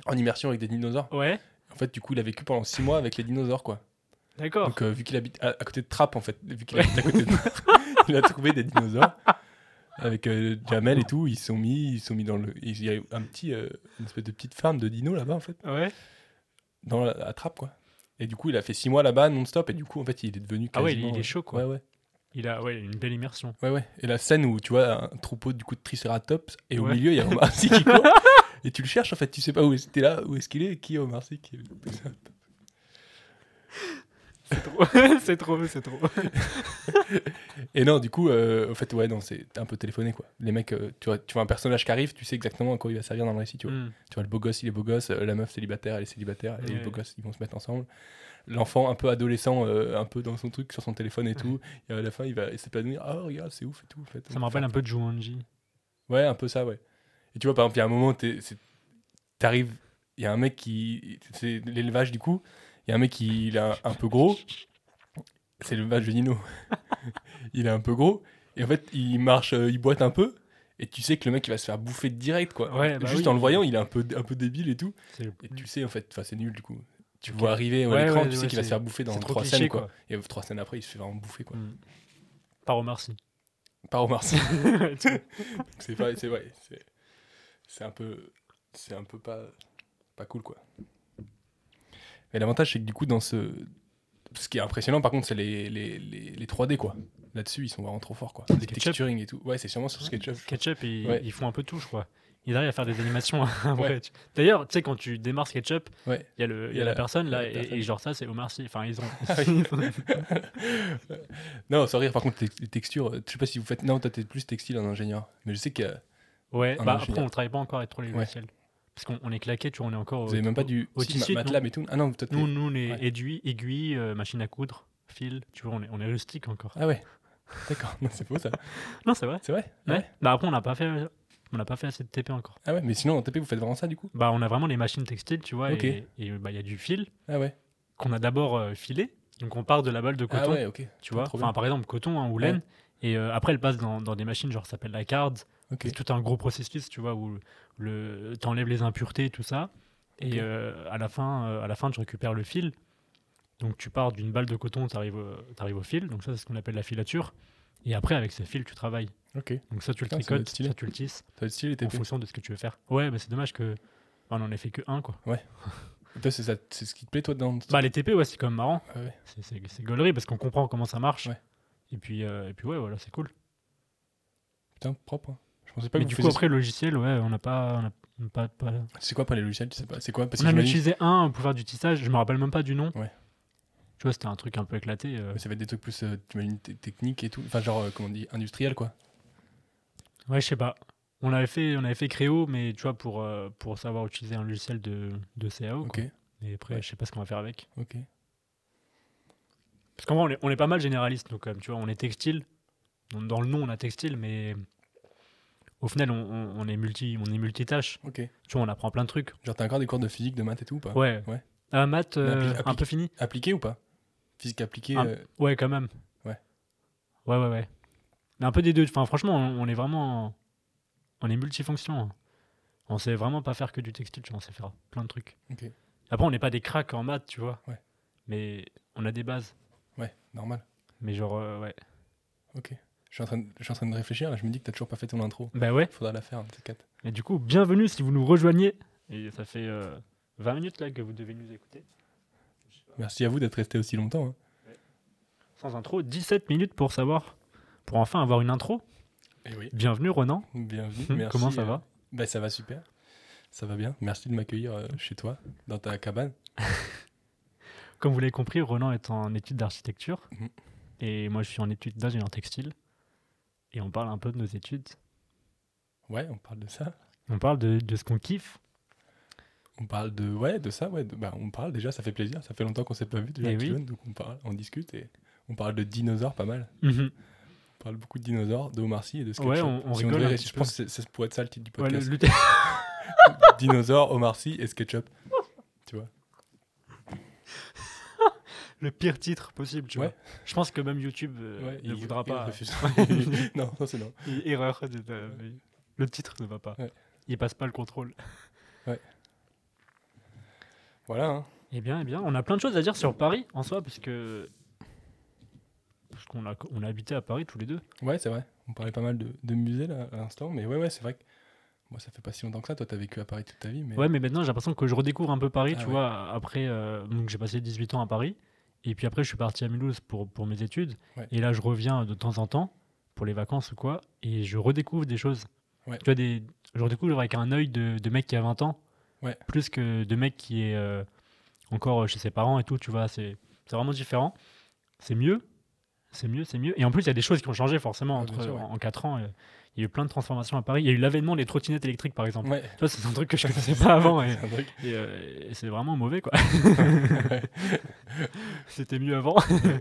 Speaker 1: en immersion avec des dinosaures.
Speaker 2: ouais.
Speaker 1: En fait, du coup, il a vécu pendant six mois avec les dinosaures, quoi.
Speaker 2: D'accord.
Speaker 1: Donc, euh, vu qu'il habite à, à côté de Trappes, en fait, vu qu'il habite à côté de il a trouvé des dinosaures. Avec euh, Jamel et tout, ils se sont mis, ils se sont mis dans le. Il y a un petit, euh, une espèce de petite farm de dinos là-bas, en fait.
Speaker 2: Ouais.
Speaker 1: dans la, la trappe quoi. Et du coup, il a fait six mois là-bas non-stop et du coup, en fait, il est devenu
Speaker 2: Ah ouais, il-
Speaker 1: quasiment- euh,
Speaker 2: il est chaud, quoi.
Speaker 1: Ouais, ouais.
Speaker 2: Il a ouais, une belle immersion.
Speaker 1: Ouais, ouais. Et la scène où tu vois un troupeau du coup de triceratops et au
Speaker 2: Ouais.
Speaker 1: milieu, il y a Omar Sy qui court. Et tu le cherches en fait, tu sais pas où est-ce t'es là, où est-ce qu'il est, et qui est Omar Sy qui est le triceratops.
Speaker 2: C'est trop, c'est trop, c'est trop.
Speaker 1: Et non, du coup, euh, en fait, ouais, non, c'est t'es un peu téléphoné quoi. Les mecs, euh, tu, vois, tu vois un personnage qui arrive, tu sais exactement à quoi il va servir dans le récit, tu vois.
Speaker 2: Mm.
Speaker 1: Tu vois, le beau gosse, il est beau gosse, euh, la meuf célibataire, elle est célibataire, et
Speaker 2: Ouais.
Speaker 1: les beaux gosses, ils vont se mettre ensemble. L'enfant un peu adolescent, euh, un peu dans son truc, sur son téléphone et tout, et à la fin, il va s'épanouir, ah regarde, c'est ouf et tout. En fait,
Speaker 2: Ça me rappelle un peu Jumanji.
Speaker 1: Ouais, un peu ça, ouais. Et tu vois, par exemple, il y a un moment, t'es- c'est- t'arrives, il y a un mec qui. C'est l'élevage du coup, il y a un mec qui il a un peu gros, c'est l'élevage de Nino. il est un peu gros, et en fait, il marche, euh, il boite un peu. Et tu sais que le mec il va se faire bouffer direct quoi.
Speaker 2: Ouais, bah
Speaker 1: Juste
Speaker 2: oui.
Speaker 1: en le voyant, il est un peu, un peu débile et tout.
Speaker 2: C'est
Speaker 1: Et tu le sais, en fait, enfin, c'est nul du coup. Tu le vois arriver à
Speaker 2: Ouais,
Speaker 1: l'écran,
Speaker 2: ouais,
Speaker 1: tu sais
Speaker 2: ouais,
Speaker 1: qu'il va
Speaker 2: c'est-
Speaker 1: se faire bouffer dans
Speaker 2: c'est trop
Speaker 1: trois
Speaker 2: cliché,
Speaker 1: scènes,
Speaker 2: quoi.
Speaker 1: quoi. Et trois scènes après, il se fait vraiment bouffer, quoi.
Speaker 2: Mm. par Omar Sy.
Speaker 1: Par Omar Sy.
Speaker 2: Tu-
Speaker 1: c'est vrai, c'est vrai. C'est, c'est un peu. C'est un peu pas. Pas cool, quoi. Mais l'avantage, c'est que du coup, dans ce. Ce qui est impressionnant, par contre, c'est les, les, les, les 3D, quoi. Là-dessus, ils sont vraiment trop forts, quoi. Les
Speaker 2: SketchUp.
Speaker 1: texturing et tout. Ouais, c'est sûrement sur SketchUp.
Speaker 2: SketchUp, ils,
Speaker 1: Ouais.
Speaker 2: ils font un peu tout, je crois. Ils arrivent à faire des animations. hein, après, tu- D'ailleurs, tu sais, quand tu démarres SketchUp, il
Speaker 1: Ouais.
Speaker 2: y a, le, il y a la, personne là,
Speaker 1: la
Speaker 2: et-
Speaker 1: personne. Ah
Speaker 2: et, genre ça, c'est Omar Sy. Enfin, ils ont.
Speaker 1: Non, sans rire, par contre, tex- les textures, euh, je sais pas si vous faites. Non, toi, t'es plus textile en ingénieur. Mais je sais que euh,
Speaker 2: ouais,
Speaker 1: Un
Speaker 2: bah
Speaker 1: ingénieur.
Speaker 2: après, on travaille pas encore avec trop les
Speaker 1: Ouais.
Speaker 2: logiciels. Parce qu'on on est claqué, tu vois, on est encore. au-
Speaker 1: vous avez même pas du.
Speaker 2: au
Speaker 1: si,
Speaker 2: tissu, non.
Speaker 1: MATLAB et tout. Ah non, toi, t'es-
Speaker 2: Nous, nous, on est
Speaker 1: Ouais.
Speaker 2: aiguille, aiguille, euh, machine à coudre, fil, tu vois, on est, on est rustique encore.
Speaker 1: Ah ouais. D'accord, Non, c'est faux ça.
Speaker 2: Non, c'est vrai.
Speaker 1: C'est vrai
Speaker 2: Ouais. Bah après, on n'a pas fait, on n'a pas fait assez de TP encore.
Speaker 1: Ah ouais, mais sinon en TP vous faites vraiment ça du coup
Speaker 2: Bah, on a vraiment les machines textiles, tu vois,
Speaker 1: Ok.
Speaker 2: et- et bah, il y a du fil,
Speaker 1: Ah ouais.
Speaker 2: qu'on a d'abord euh, filé. Donc on part de la balle de coton,
Speaker 1: Ah ouais, ok.
Speaker 2: tu vois.
Speaker 1: trop
Speaker 2: Enfin,
Speaker 1: bien.
Speaker 2: par exemple, coton hein, ou
Speaker 1: Ouais.
Speaker 2: laine. Et euh, après, elle passe dans, dans des machines, genre ça s'appelle la card.
Speaker 1: ok.
Speaker 2: C'est tout un gros processus, tu vois, où le t'enlèves les impuretés, tout ça. Et
Speaker 1: Ok.
Speaker 2: euh, à la fin, euh, à la fin, tu récupères le fil. Donc tu pars d'une balle de coton, tu arrives, au fil. Donc ça, c'est ce qu'on appelle la filature. Et après, avec ce fil, tu travailles.
Speaker 1: Ok.
Speaker 2: Donc ça, tu le
Speaker 1: Putain, ça doit être
Speaker 2: tricotes,
Speaker 1: stylé.
Speaker 2: ça, tu le tisses
Speaker 1: Ça doit être stylé, tes
Speaker 2: en fonction de ce que tu veux faire. Ouais, mais c'est dommage que enfin, on en ait fait que un quoi.
Speaker 1: Toi, C'est ça- c'est ce qui te plaît, toi, dans.
Speaker 2: Bah les TP, ouais, c'est quand même marrant.
Speaker 1: Ah ouais.
Speaker 2: C'est- C'est c'est gaulerie parce qu'on comprend comment ça marche.
Speaker 1: Ouais.
Speaker 2: Et puis, euh, et puis ouais, voilà, c'est cool.
Speaker 1: Putain, propre. hein. Je pensais pas
Speaker 2: mais
Speaker 1: que
Speaker 2: du
Speaker 1: vous
Speaker 2: coup,
Speaker 1: faisiez-
Speaker 2: après, logiciel, ouais, on n'a pas, on n'a- on n'a pas, pas-
Speaker 1: C'est quoi, pas les logiciels Tu sais pas C'est quoi Parce
Speaker 2: on
Speaker 1: que
Speaker 2: en a
Speaker 1: j'imagine-
Speaker 2: utilisé un pour faire du tissage, je me rappelle même pas du nom.
Speaker 1: Ouais.
Speaker 2: Tu vois, c'était un truc un peu éclaté. euh.
Speaker 1: Mais ça va être des trucs plus, euh, t'imagines, t- techniques et tout. Enfin, genre, euh, comment on dit, industriel, quoi.
Speaker 2: Ouais, je sais pas. On avait fait, on avait fait Créo, mais tu vois, pour, euh, pour savoir utiliser un logiciel de, de CAO.
Speaker 1: Ok,
Speaker 2: quoi. Et après,
Speaker 1: Ouais.
Speaker 2: je sais pas ce qu'on va faire avec.
Speaker 1: ok.
Speaker 2: Parce qu'en vrai, on est, on est pas mal généraliste, nous, quand même. Tu vois, on est textile. Dans, dans le nom, on a textile, mais au final, on, on- on est, multi, on est multitâche.
Speaker 1: Ok.
Speaker 2: Tu vois, on apprend plein de trucs.
Speaker 1: Genre, t'as encore des cours de physique, de maths et tout ou pas
Speaker 2: Ouais.
Speaker 1: Bah, Ouais.
Speaker 2: Ah, maths,
Speaker 1: Mais appli-
Speaker 2: euh, un
Speaker 1: appliqué.
Speaker 2: peu fini.
Speaker 1: Appliqué ou pas Physique appliquée.
Speaker 2: Ah.
Speaker 1: euh,
Speaker 2: Ouais, quand même.
Speaker 1: Ouais.
Speaker 2: Ouais, ouais, ouais. Mais un peu des deux. Enfin, franchement, on, on est vraiment. On est multifonction. hein. On sait vraiment pas faire que du textile, tu vois. On sait faire plein de trucs.
Speaker 1: Ok.
Speaker 2: Après, on n'est pas des cracks en maths, tu vois.
Speaker 1: Ouais.
Speaker 2: Mais on a des bases.
Speaker 1: Ouais, normal.
Speaker 2: Mais genre, euh, ouais.
Speaker 1: Ok. Je suis, en train de, je suis en train de réfléchir, là, je me dis que t'as toujours pas fait ton intro.
Speaker 2: Bah ouais.
Speaker 1: Faudra la faire, un t quatre.
Speaker 2: Et du coup, bienvenue si vous nous rejoignez. Et ça fait euh, 20 minutes là que vous devez nous écouter.
Speaker 1: Merci à vous d'être resté aussi longtemps. hein.
Speaker 2: Sans intro, 17 minutes pour savoir, pour enfin avoir une intro.
Speaker 1: Eh oui.
Speaker 2: Bienvenue Ronan.
Speaker 1: Bienvenue,
Speaker 2: Hum,
Speaker 1: merci.
Speaker 2: Comment ça
Speaker 1: euh,
Speaker 2: va
Speaker 1: Bah, ça va super. Ça va bien. Merci de m'accueillir euh, chez toi, dans ta cabane.
Speaker 2: Comme vous l'avez compris, Ronan est en études d'architecture.
Speaker 1: Mhm.
Speaker 2: Et moi, je suis en études d'ingénieur textile. Et on parle un peu de nos études.
Speaker 1: Ouais, on parle de ça.
Speaker 2: On parle de, de ce qu'on kiffe.
Speaker 1: On parle de ouais de ça ouais de- bah, on parle déjà ça fait plaisir ça fait longtemps qu'on s'est pas vu déjà
Speaker 2: Eh
Speaker 1: avec
Speaker 2: oui.
Speaker 1: Kylian, donc on parle on discute et on parle de dinosaures pas mal
Speaker 2: Mhm.
Speaker 1: on parle beaucoup de dinosaures de Omar Sy et de SketchUp
Speaker 2: Ouais, on- on
Speaker 1: Si
Speaker 2: rigole
Speaker 1: devait-
Speaker 2: un petit
Speaker 1: je
Speaker 2: peu.
Speaker 1: pense que c'est- ça pourrait être ça le titre du
Speaker 2: Ouais, le-
Speaker 1: podcast
Speaker 2: le-
Speaker 1: dinosaures Omar Sy et SketchUp tu vois
Speaker 2: le pire titre possible, tu
Speaker 1: Ouais.
Speaker 2: vois. Je pense que même YouTube euh,
Speaker 1: Ouais, il-
Speaker 2: ne voudra
Speaker 1: il
Speaker 2: pas.
Speaker 1: refuse. non non c'est non
Speaker 2: Il- Erreur. de- de- le titre ne va pas.
Speaker 1: Ouais.
Speaker 2: Il passe pas le contrôle.
Speaker 1: voilà hein.
Speaker 2: Eh bien, eh bien, on a plein de choses à dire sur Paris en soi, parce que parce qu'on a on a habité à Paris tous les deux.
Speaker 1: ouais c'est vrai on parlait pas mal de, de musées là à l'instant mais ouais ouais c'est vrai que moi ça fait pas si longtemps que ça toi t'as vécu à Paris toute ta vie mais
Speaker 2: Ouais, mais maintenant j'ai l'impression que je redécouvre un peu Paris,
Speaker 1: Ah
Speaker 2: tu
Speaker 1: ouais.
Speaker 2: vois. Après, euh, donc j'ai passé 18 ans à Paris, et puis après je suis parti à Mulhouse pour, pour mes études,
Speaker 1: Ouais.
Speaker 2: et là je reviens de temps en temps pour les vacances ou quoi, et je redécouvre des choses.
Speaker 1: Ouais.
Speaker 2: Tu vois, des, je redécouvre avec un œil de, de mec qui a 20 ans,
Speaker 1: Ouais.
Speaker 2: plus que de mec qui est euh, encore chez ses parents et tout, tu vois. C'est c'est vraiment différent. C'est mieux, c'est mieux, c'est mieux. Et en plus, il y a des choses qui ont changé forcément
Speaker 1: Ah,
Speaker 2: entre,
Speaker 1: bien sûr, ouais.
Speaker 2: en 4 ans. euh, Il y a eu plein de transformations à Paris. Il y a eu l'avènement des trottinettes électriques, par exemple.
Speaker 1: ouais
Speaker 2: Tu vois, c'est un truc que je connaissais pas avant et,
Speaker 1: C'est un truc.
Speaker 2: et, euh, et c'est vraiment mauvais quoi.
Speaker 1: Ouais.
Speaker 2: C'était mieux avant.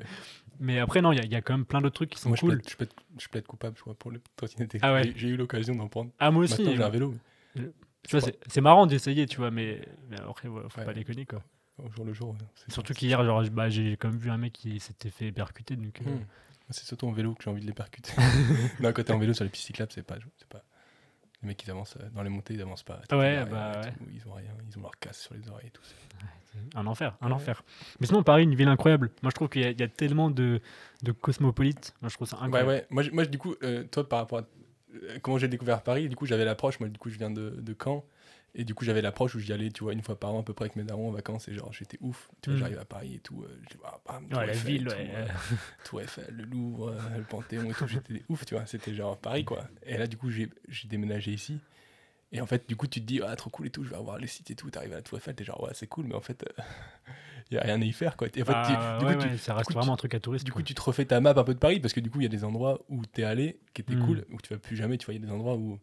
Speaker 2: Mais après, non, il y, a- il y a quand même plein d'autres trucs qui sont
Speaker 1: moi je
Speaker 2: cool.
Speaker 1: peux, être- je, peux être, je peux être coupable je crois pour le trottinette
Speaker 2: Ah ouais.
Speaker 1: J'ai- j'ai eu l'occasion d'en prendre
Speaker 2: Ah, moi aussi.
Speaker 1: maintenant j'ai un vélo
Speaker 2: tu vois,
Speaker 1: je
Speaker 2: c'est- c'est marrant d'essayer, tu vois, mais, mais après, voilà, faut
Speaker 1: Ouais.
Speaker 2: pas déconner quoi.
Speaker 1: au jour le jour. ouais. C'est
Speaker 2: Surtout qu'hier, genre, je- bah, j'ai quand même vu un mec qui s'était fait percuter. Donc, euh,
Speaker 1: Hmm. C'est surtout en vélo que j'ai envie de les percuter. non, quand t'es en vélo sur les pistes cyclables, c'est pas, c'est pas. Les mecs, ils avancent euh, dans les montées, ils avancent pas. Ils ont
Speaker 2: Ouais,
Speaker 1: rien
Speaker 2: bah
Speaker 1: et tout, Ils ont rien, ils ont leur casse sur les oreilles et tout.
Speaker 2: un enfer, un
Speaker 1: Ouais.
Speaker 2: enfer. Mais sinon, Paris, une ville incroyable. Moi, je trouve qu'il y, a- il y a tellement de, de cosmopolites. Moi, je trouve ça
Speaker 1: Ouais,
Speaker 2: incroyable.
Speaker 1: ouais. Moi, je- moi je- du coup, euh, toi, par rapport à euh, comment j'ai découvert Paris, du coup, j'avais l'approche. Moi, du coup, je viens de, de Caen. Et du coup, j'avais l'approche où j'y allais, tu vois, une fois par an à peu près avec mes darons en vacances. Et genre, j'étais ouf. Tu vois,
Speaker 2: Mm.
Speaker 1: j'arrive à Paris et tout. euh, je- ah, bam, Tour
Speaker 2: Ouais, la
Speaker 1: Eiffel et
Speaker 2: ville,
Speaker 1: tout,
Speaker 2: ouais.
Speaker 1: euh, Tour Eiffel, le Louvre, euh, le Panthéon et tout. J'étais ouf, tu vois. C'était genre Paris, quoi. Et là, du coup, j'ai j'ai déménagé ici. Et en fait, du coup, tu te dis, ah, trop cool et tout, je vais avoir les sites et tout. T'arrives à la Tour Eiffel, t'es genre, ouais, c'est cool, mais en fait, il y a rien à y faire, quoi. Et en fait, tu-
Speaker 2: Ah,
Speaker 1: du
Speaker 2: ouais,
Speaker 1: coup, tu-
Speaker 2: ouais, ça reste
Speaker 1: coup, tu-
Speaker 2: vraiment un truc à touriste.
Speaker 1: du coup,
Speaker 2: quoi.
Speaker 1: tu te refais ta map un peu de Paris parce que du coup, il y a des endroits où t'es allé qui étaient
Speaker 2: Mm.
Speaker 1: cool, où tu vas plus jamais. Tu vois, il y a des endroits où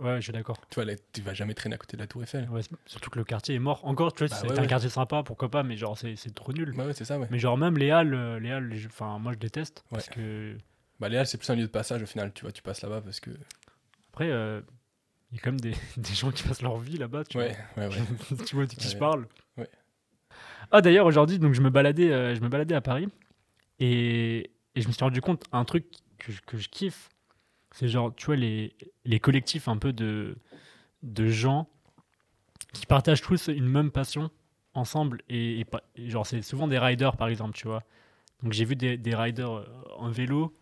Speaker 2: Ouais, je suis d'accord.
Speaker 1: tu vois, là, tu vas jamais traîner à côté de la Tour Eiffel.
Speaker 2: Ouais, c'est- surtout que le quartier est mort. Encore, tu vois,
Speaker 1: Bah
Speaker 2: c'est
Speaker 1: ouais,
Speaker 2: un
Speaker 1: ouais.
Speaker 2: quartier sympa, pourquoi pas, mais genre, c'est c'est trop nul.
Speaker 1: Ouais, ouais, c'est ça, ouais.
Speaker 2: Mais genre, même les Halles, euh, les Halles, les jeux- enfin, moi je déteste. Parce
Speaker 1: Ouais.
Speaker 2: que,
Speaker 1: Bah, les Halles, c'est plus un lieu de passage au final. Tu vois, tu passes là-bas parce que.
Speaker 2: après, euh, il y a quand même des, des gens qui passent leur vie là-bas, tu
Speaker 1: Ouais, ouais, ouais.
Speaker 2: vois. tu vois de qui je
Speaker 1: Ouais.
Speaker 2: parle.
Speaker 1: Ouais.
Speaker 2: Ah d'ailleurs aujourd'hui donc je me baladais euh, je me baladais à Paris et, et je me suis rendu compte un truc que, je- que je kiffe c'est genre tu vois les, les collectifs un peu de de gens qui partagent tous une même passion ensemble et, et pas- et genre c'est souvent des riders par exemple tu vois donc j'ai vu des, des riders euh, en vélo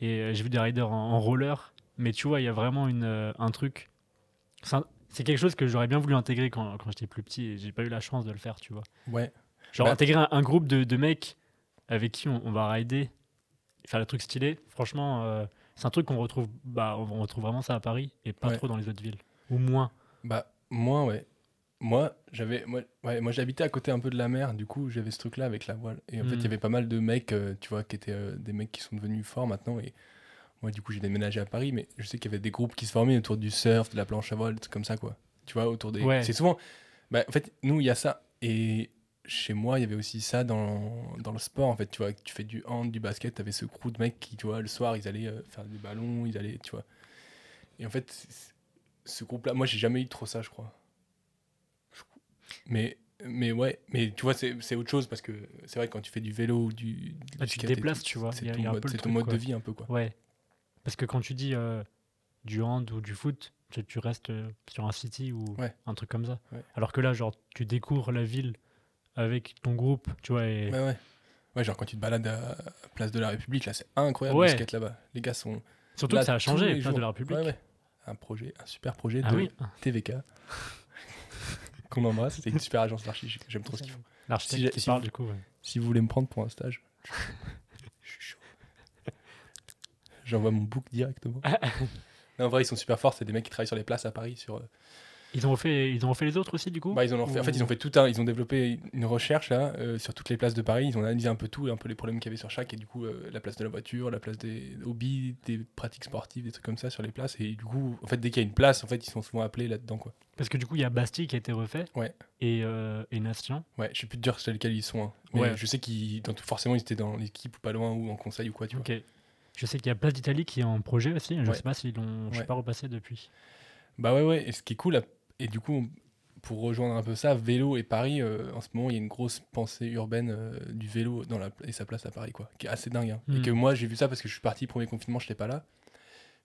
Speaker 2: et euh, j'ai vu des riders en, en roller mais tu vois il y a vraiment une euh, un truc c'est un- c'est quelque chose que j'aurais bien voulu intégrer quand, quand j'étais plus petit et j'ai pas eu la chance de le faire tu vois
Speaker 1: Ouais.
Speaker 2: Genre
Speaker 1: Bah-
Speaker 2: intégrer un, un groupe de, de mecs avec qui on, on va rider, et faire le truc stylé, franchement, euh, c'est un truc qu'on retrouve, bah, on on retrouve vraiment ça à Paris et pas
Speaker 1: Ouais.
Speaker 2: trop dans les autres villes. Ou moins.
Speaker 1: Bah, moi, ouais. Moi, j'avais, moi, ouais, moi j'habitais à côté un peu de la mer, du coup, j'avais ce truc-là avec la voile. Et en fait, il
Speaker 2: Hmm.
Speaker 1: y avait pas mal de mecs, euh, tu vois, qui étaient euh, des mecs qui sont devenus forts maintenant. Et moi, du coup, j'ai déménagé à Paris, mais je sais qu'il y avait des groupes qui se formaient autour du surf, de la planche à voile, des trucs comme ça, quoi. Tu vois, autour des.
Speaker 2: Ouais.
Speaker 1: C'est souvent. Bah, en fait, nous, il y a ça. Et chez moi, il y avait aussi ça dans, dans le sport, en fait. Tu vois, tu fais du hand, du basket, t'avais ce crew de mecs qui, tu vois, le soir, ils allaient euh, faire des ballons, ils allaient, tu vois. Et en fait, c- c- ce groupe-là, moi, j'ai jamais eu trop ça, je crois. Je- Mais, mais ouais, mais tu vois, c'est c'est autre chose parce que c'est vrai, quand tu fais du vélo ou du. du
Speaker 2: Là, tu te
Speaker 1: skate et
Speaker 2: déplaces,
Speaker 1: tout,
Speaker 2: tu vois,
Speaker 1: C'est
Speaker 2: il y a-
Speaker 1: ton,
Speaker 2: il y a un
Speaker 1: mode,
Speaker 2: peu le
Speaker 1: c'est ton
Speaker 2: truc,
Speaker 1: mode
Speaker 2: quoi.
Speaker 1: de vie un peu, quoi.
Speaker 2: Ouais. Parce que quand tu dis euh, du hand ou du foot, tu, tu restes euh, sur un city ou
Speaker 1: Ouais.
Speaker 2: un truc comme ça.
Speaker 1: Ouais.
Speaker 2: Alors que là, genre, tu découvres la ville avec ton groupe, tu vois, et
Speaker 1: Ouais, ouais. Ouais, genre quand tu te balades à Place de la République, là, c'est incroyable
Speaker 2: Ouais.
Speaker 1: le skate là-bas. Les gars sont.
Speaker 2: surtout
Speaker 1: là
Speaker 2: que ça a
Speaker 1: tous
Speaker 2: changé,
Speaker 1: les
Speaker 2: place de
Speaker 1: jours.
Speaker 2: la République.
Speaker 1: Ouais, ouais. Un projet, un super projet
Speaker 2: Ah
Speaker 1: de
Speaker 2: oui,
Speaker 1: TVK qu'on embrasse. C'est une super agence d'archi, j'aime trop ce qu'ils font.
Speaker 2: l'architecte
Speaker 1: j'ai-
Speaker 2: qui
Speaker 1: si
Speaker 2: parle
Speaker 1: vous-
Speaker 2: du coup. ouais.
Speaker 1: Si vous voulez me prendre pour un stage, je suis chaud. J'envoie mon book directement. Non, en vrai, ils sont super forts. C'est des mecs qui travaillent sur les places à Paris. Sur, euh,
Speaker 2: Ils ont fait, ils ont refait les autres aussi du coup.
Speaker 1: bah, ils en, ont fait, en fait, ils ont fait tout un. Ils ont développé une recherche là, euh, sur toutes les places de Paris. Ils ont analysé un peu tout, un peu les problèmes qu'il y avait sur chaque. Et du coup, euh, la place de la voiture, la place des hobbies, des pratiques sportives, des trucs comme ça sur les places. Et du coup, en fait, dès qu'il y a une place, en fait, ils sont souvent appelés là-dedans. quoi.
Speaker 2: Parce que du coup, il y a Bastille qui a été refait.
Speaker 1: Ouais.
Speaker 2: Et, euh, et Nation.
Speaker 1: Ouais, je sais plus te dire sur lesquels ils sont. hein. Mais
Speaker 2: Ouais.
Speaker 1: je sais qu'ils, dans tout- forcément, ils étaient dans l'équipe ou pas loin ou en conseil ou quoi, tu vois.
Speaker 2: Ok. Je sais qu'il y a Place d'Italie qui est en projet aussi. hein. Je
Speaker 1: Ouais.
Speaker 2: sais pas s'ils l'ont. Je suis
Speaker 1: Ouais.
Speaker 2: pas repassé depuis.
Speaker 1: Bah ouais, ouais. Et ce qui est cool, là- et du coup, on- pour rejoindre un peu ça, vélo et Paris, euh, en ce moment, il y a une grosse pensée urbaine euh, du vélo dans la, et sa place à Paris, quoi, qui est assez dingue. hein.
Speaker 2: Hmm.
Speaker 1: Et que moi, j'ai vu ça parce que je suis parti, premier confinement, je n'étais pas là.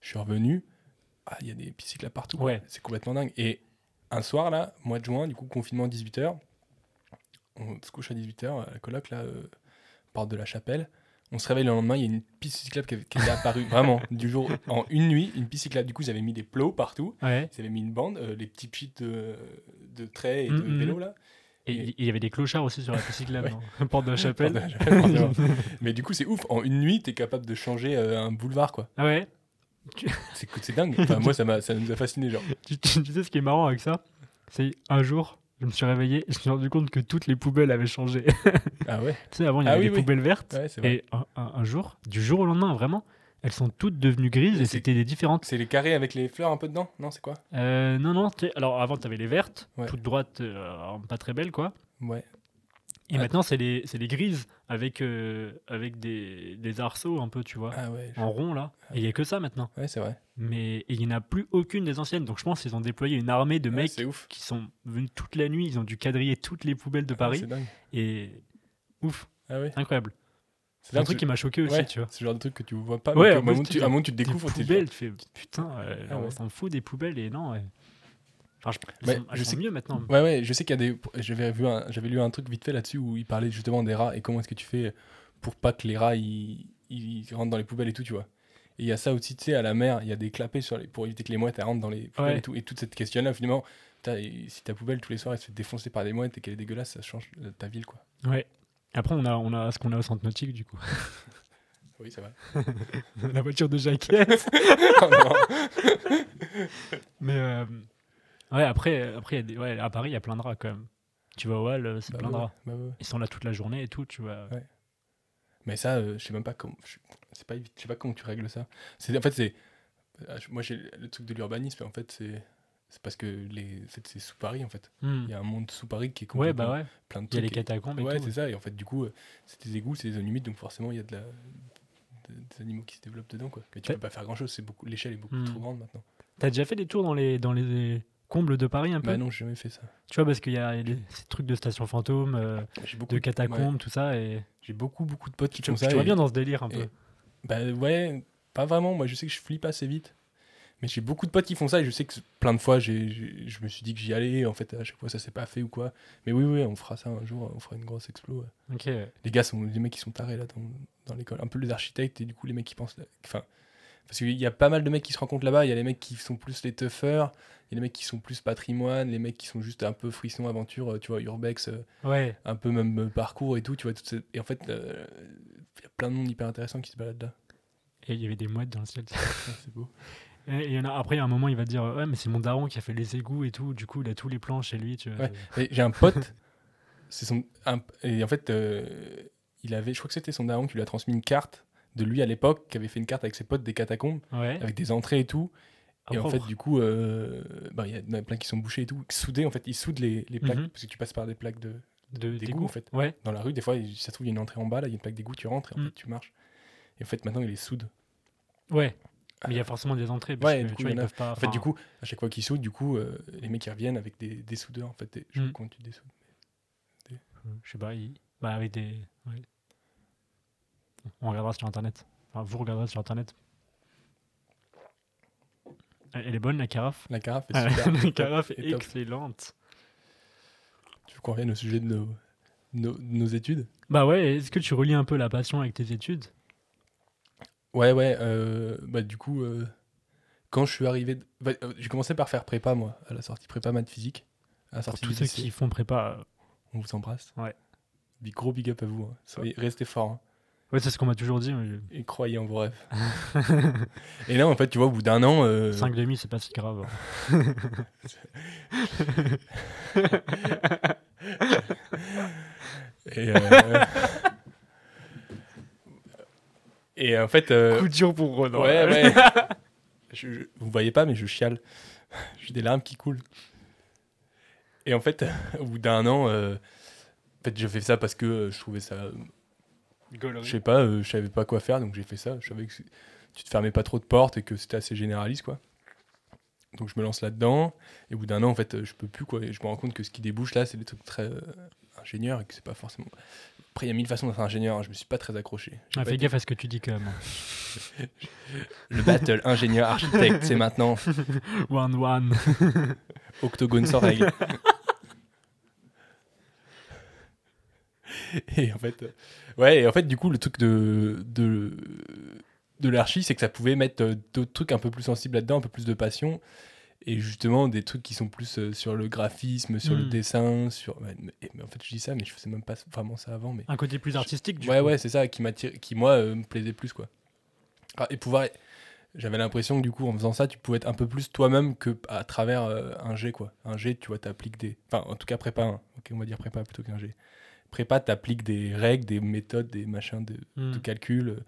Speaker 1: Je suis revenu. Ah, il y a des bicycles là partout. quoi.
Speaker 2: Ouais.
Speaker 1: C'est complètement dingue. Et un soir, là, mois de juin, du coup, confinement 18h, on se couche à 18h, à la coloc, là, euh, porte de la chapelle. On se réveille le lendemain, il y a une piste cyclable qui, qui est apparue, vraiment, du jour en une nuit, une piste cyclable. Du coup, ils avaient mis des plots partout.
Speaker 2: Ah Ouais.
Speaker 1: Ils avaient mis une bande, euh, les petits cheats de, de traits et de
Speaker 2: Mm, mm.
Speaker 1: vélo là.
Speaker 2: Et
Speaker 1: Et-
Speaker 2: il- il y avait des clochards aussi sur la piste cyclable.
Speaker 1: Ouais.
Speaker 2: non Porte de la Chapelle.
Speaker 1: Pardon, j'avais pas pensé. Mais du coup, c'est ouf. En une nuit, t'es capable de changer euh, un boulevard quoi.
Speaker 2: ah ouais.
Speaker 1: C'est c'est dingue. Enfin, moi, ça, m'a- ça nous a fasciné genre.
Speaker 2: Tu, tu- tu sais ce qui est marrant avec ça C'est un jour, je me suis réveillé, je me suis rendu compte que toutes les poubelles avaient changé. tu
Speaker 1: Ah ouais.
Speaker 2: sais, avant il y
Speaker 1: Ah
Speaker 2: avait
Speaker 1: oui,
Speaker 2: des
Speaker 1: oui.
Speaker 2: poubelles vertes.
Speaker 1: Ouais, c'est vrai.
Speaker 2: et un, un- un jour, du jour au lendemain, vraiment, elles sont toutes devenues grises et
Speaker 1: Et
Speaker 2: c'était des différentes.
Speaker 1: C'est les carrés avec les fleurs un peu dedans Non, c'est quoi
Speaker 2: Euh, non, non. tu sais, Alors avant, t'avais les vertes,
Speaker 1: Ouais.
Speaker 2: toutes droites, euh, pas très belles quoi.
Speaker 1: Ouais.
Speaker 2: Et
Speaker 1: Ah.
Speaker 2: maintenant, c'est les, c'est les grises avec, euh, avec des, des arceaux un peu, tu vois,
Speaker 1: Ah ouais. je-
Speaker 2: en rond là. Et il n'y a que ça maintenant.
Speaker 1: Ouais, c'est vrai.
Speaker 2: Mais et il n'y en a plus aucune des anciennes. Donc je pense qu'ils ont déployé une armée de
Speaker 1: Ouais,
Speaker 2: mecs
Speaker 1: Ah, c'est ouf.
Speaker 2: qui sont venus toute la nuit. Ils ont dû quadriller toutes les poubelles de
Speaker 1: Ah,
Speaker 2: Paris.
Speaker 1: c'est dingue.
Speaker 2: et ouf,
Speaker 1: Ah ouais.
Speaker 2: incroyable.
Speaker 1: C'est
Speaker 2: C'est un
Speaker 1: dingue
Speaker 2: truc
Speaker 1: que-
Speaker 2: qui m'a choqué aussi,
Speaker 1: ouais,
Speaker 2: tu vois.
Speaker 1: C'est le genre de truc que tu vois pas.
Speaker 2: Ouais,
Speaker 1: mais que
Speaker 2: en
Speaker 1: au
Speaker 2: plus,
Speaker 1: moment où
Speaker 2: tu
Speaker 1: tu-
Speaker 2: dis-
Speaker 1: à un moment où tu te
Speaker 2: Des
Speaker 1: découvres, t'es
Speaker 2: poubelles, tu fais putain, euh,
Speaker 1: Ah
Speaker 2: on
Speaker 1: ouais.
Speaker 2: s'en fout des poubelles. Et non, ouais. Enfin, je, elles
Speaker 1: Ouais,
Speaker 2: sont- elles
Speaker 1: Bah, je
Speaker 2: sont
Speaker 1: sais que-
Speaker 2: mieux maintenant.
Speaker 1: Ouais, ouais, je sais qu'il y a des. J'avais, vu un- J'avais lu un truc vite fait là-dessus où il parlait justement des rats et comment est-ce que tu fais pour pas que les rats ils, ils rentrent dans les poubelles et tout, tu vois. Et il y a ça aussi, tu sais, à la mer, il y a des clapets sur les... pour éviter que les mouettes elles rentrent dans les poubelles
Speaker 2: Ouais.
Speaker 1: et tout. Et toute cette question-là, finalement, putain, et si ta poubelle tous les soirs elle se fait défoncer par des mouettes et qu'elle est dégueulasse, ça change euh, ta ville, quoi.
Speaker 2: Ouais. Après, on a, on a ce qu'on a au centre nautique, du coup.
Speaker 1: Oui, ça va.
Speaker 2: la voiture de jaquette.
Speaker 1: Bah,
Speaker 2: Mais euh, ouais, après, après il y a des- ouais, à Paris, il y a plein de rats quand même. Tu vas au hall, euh, c'est
Speaker 1: Bah
Speaker 2: plein de
Speaker 1: ouais,
Speaker 2: rats.
Speaker 1: bah ouais.
Speaker 2: Ils sont là toute la journée et tout, tu vois.
Speaker 1: Ouais. Mais ça, euh, je sais même pas comment. Je c'est pas évi- je sais pas comment tu règles ça. C'est en fait c'est euh, je- moi j'ai le truc de l'urbanisme en fait c'est c'est parce que les en fait, c'est sous Paris en fait.
Speaker 2: Hmm.
Speaker 1: Il y a un monde sous Paris qui est
Speaker 2: Ouais,
Speaker 1: complètement
Speaker 2: bah ouais.
Speaker 1: plein de
Speaker 2: Il y a
Speaker 1: trucs.
Speaker 2: les
Speaker 1: et-
Speaker 2: catacombes et
Speaker 1: ouais,
Speaker 2: tout.
Speaker 1: c'est ça et en fait du coup euh, c'est des égouts, c'est des zones humides donc forcément il y a de la de- des animaux qui se développent dedans quoi. Mais tu
Speaker 2: Ouais.
Speaker 1: peux pas faire grand-chose, c'est beaucoup l'échelle est beaucoup
Speaker 2: Hmm.
Speaker 1: trop grande maintenant.
Speaker 2: T'as déjà fait des tours dans les, dans les comble de Paris un peu.
Speaker 1: Bah non, j'ai jamais fait ça.
Speaker 2: Tu vois, parce qu'il y a les- ces trucs de stations fantômes, euh,
Speaker 1: J'ai beaucoup
Speaker 2: de catacombes,
Speaker 1: ouais.
Speaker 2: tout ça. Et
Speaker 1: J'ai beaucoup, beaucoup de potes qui
Speaker 2: tu,
Speaker 1: font ça.
Speaker 2: tu
Speaker 1: et-
Speaker 2: vois bien dans ce délire un
Speaker 1: et-
Speaker 2: peu.
Speaker 1: Bah ouais, pas vraiment. Moi, je sais que je flippe assez vite. Mais j'ai beaucoup de potes qui font ça et je sais que plein de fois, j'ai, j'ai- je me suis dit que j'y allais. En fait, à chaque fois, ça s'est pas fait ou quoi. Mais oui, oui, on fera ça un jour. On fera une grosse explo. ouais.
Speaker 2: Ok. ouais.
Speaker 1: Les gars sont les mecs qui sont tarés là dans, dans l'école. Un peu les architectes et du coup, les mecs qui pensent. Enfin, parce qu'il y a pas mal de mecs qui se rencontrent là-bas. Il y a les mecs qui sont plus les toughers. Il y a les mecs qui sont plus patrimoine. Les mecs qui sont juste un peu frisson, aventure, euh, tu vois, urbex. euh,
Speaker 2: Ouais.
Speaker 1: un peu même euh, parcours et tout, tu vois. Tout Et en fait, il y a plein de monde hyper intéressant qui se balade là.
Speaker 2: Et il y avait des mouettes dans le ciel.
Speaker 1: Ah, c'est beau.
Speaker 2: Et, et il y en a- après, à un moment, il va dire Ouais, mais c'est mon daron qui a fait les égouts et tout. Du coup, il a tous les plans chez lui. Tu vois,
Speaker 1: Ouais. Et J'ai un pote, c'est son, un- et en fait, euh, il avait, je crois que c'était son daron qui lui a transmis une carte de lui à l'époque, qui avait fait une carte avec ses potes des catacombes,
Speaker 2: Ouais.
Speaker 1: avec des entrées et tout.
Speaker 2: Ah,
Speaker 1: et en fait,
Speaker 2: propre.
Speaker 1: du coup, euh, ben, il y en a plein qui sont bouchés et tout. Soudés, en fait, ils soudent les, les plaques,
Speaker 2: Mhm.
Speaker 1: parce que tu passes par des plaques de,
Speaker 2: de,
Speaker 1: des
Speaker 2: d'égouts.
Speaker 1: goûts, en fait.
Speaker 2: Ouais.
Speaker 1: dans la rue, des fois, il- ça se trouve, il y a une entrée en bas, là, il y a une plaque d'égout, tu rentres et en
Speaker 2: Mm.
Speaker 1: fait, tu marches. Et en fait, maintenant, il les soude.
Speaker 2: Ouais. Mais il y a forcément des entrées. Parce
Speaker 1: Euh, Ouais,
Speaker 2: que,
Speaker 1: du coup,
Speaker 2: tu vois,
Speaker 1: il y
Speaker 2: ils
Speaker 1: en a-
Speaker 2: peuvent pas.
Speaker 1: En fait,
Speaker 2: enfin,
Speaker 1: du coup, à chaque fois qu'ils soudent, du coup, euh, les mecs ils reviennent avec des, des soudeurs. En fait, des- je sais
Speaker 2: Mm.
Speaker 1: pas comment tu dessoudes.
Speaker 2: euh, Je sais pas. il- Bah, avec des. ouais. On regardera sur internet. Enfin, vous regarderez sur internet. Elle elle est bonne, la carafe
Speaker 1: La carafe est
Speaker 2: Ah,
Speaker 1: super.
Speaker 2: La
Speaker 1: top,
Speaker 2: carafe est
Speaker 1: et top.
Speaker 2: excellente.
Speaker 1: Tu veux qu'on revienne au sujet de nos, nos, nos études
Speaker 2: Bah ouais, est-ce que tu relis un peu la passion avec tes études
Speaker 1: Ouais, ouais. euh, bah, du coup, euh, quand je suis arrivé. de- bah, euh, j'ai commencé par faire prépa, moi, à la sortie prépa maths physique. À la
Speaker 2: Pour
Speaker 1: sortie
Speaker 2: tous
Speaker 1: du
Speaker 2: ceux
Speaker 1: lycée.
Speaker 2: qui font prépa. euh,
Speaker 1: On vous embrasse.
Speaker 2: Ouais.
Speaker 1: Big, gros big up à vous. hein. Soyez- Restez forts. hein.
Speaker 2: Ouais, c'est ce qu'on m'a toujours dit.
Speaker 1: Et croyez en vos rêves. et là, en fait, tu vois, au bout d'un an. euh,
Speaker 2: 5 demi, c'est pas si grave.
Speaker 1: Et, euh, et en fait. euh,
Speaker 2: dur pour Renan.
Speaker 1: Ouais, ouais. Je- je- vous voyez pas, mais je chiale. J'ai des larmes qui coulent. Et en fait, au bout d'un an, euh, en fait, j'ai fait ça parce que euh, je trouvais ça. euh, Je sais pas, euh, je savais pas quoi faire, donc j'ai fait ça. Je savais que c'est- tu te fermais pas trop de portes et que c'était assez généraliste, quoi. Donc je me lance là-dedans. Et au bout d'un an, en fait, euh, je peux plus, quoi. Et je me rends compte que ce qui débouche là, c'est des trucs très euh, ingénieurs et que c'est pas forcément. Après, il y a mille façons d'être ingénieur. hein. Je me suis pas très accroché. J'ai pas
Speaker 2: Ah, fais
Speaker 1: été-
Speaker 2: gaffe à ce que tu dis quand même.
Speaker 1: Le battle ingénieur-architecte, c'est maintenant.
Speaker 2: One one.
Speaker 1: Octogone sans règle. et en fait, euh, ouais, et en fait, du coup, le truc de de, de l'archi, c'est que ça pouvait mettre euh, d'autres trucs un peu plus sensibles là-dedans, un peu plus de passion, et justement des trucs qui sont plus euh, sur le graphisme, sur le
Speaker 2: Mm.
Speaker 1: dessin, sur. ouais, mais, mais en fait, je dis ça, mais je faisais même pas vraiment ça avant, mais.
Speaker 2: Un côté plus artistique du
Speaker 1: ouais,
Speaker 2: coup.
Speaker 1: ouais, c'est ça qui m'attire, qui moi euh, me plaisait plus quoi. Ah, et pouvoir, j'avais l'impression que du coup en faisant ça, tu pouvais être un peu plus toi-même que à travers euh, un G quoi. Un G, tu vois, t'appliques des, enfin en tout cas prépa 1. Ok, on va dire prépa plutôt qu'un G. Prépa, t'appliques des règles, des méthodes, des machins de,
Speaker 2: Hmm.
Speaker 1: de calcul. euh,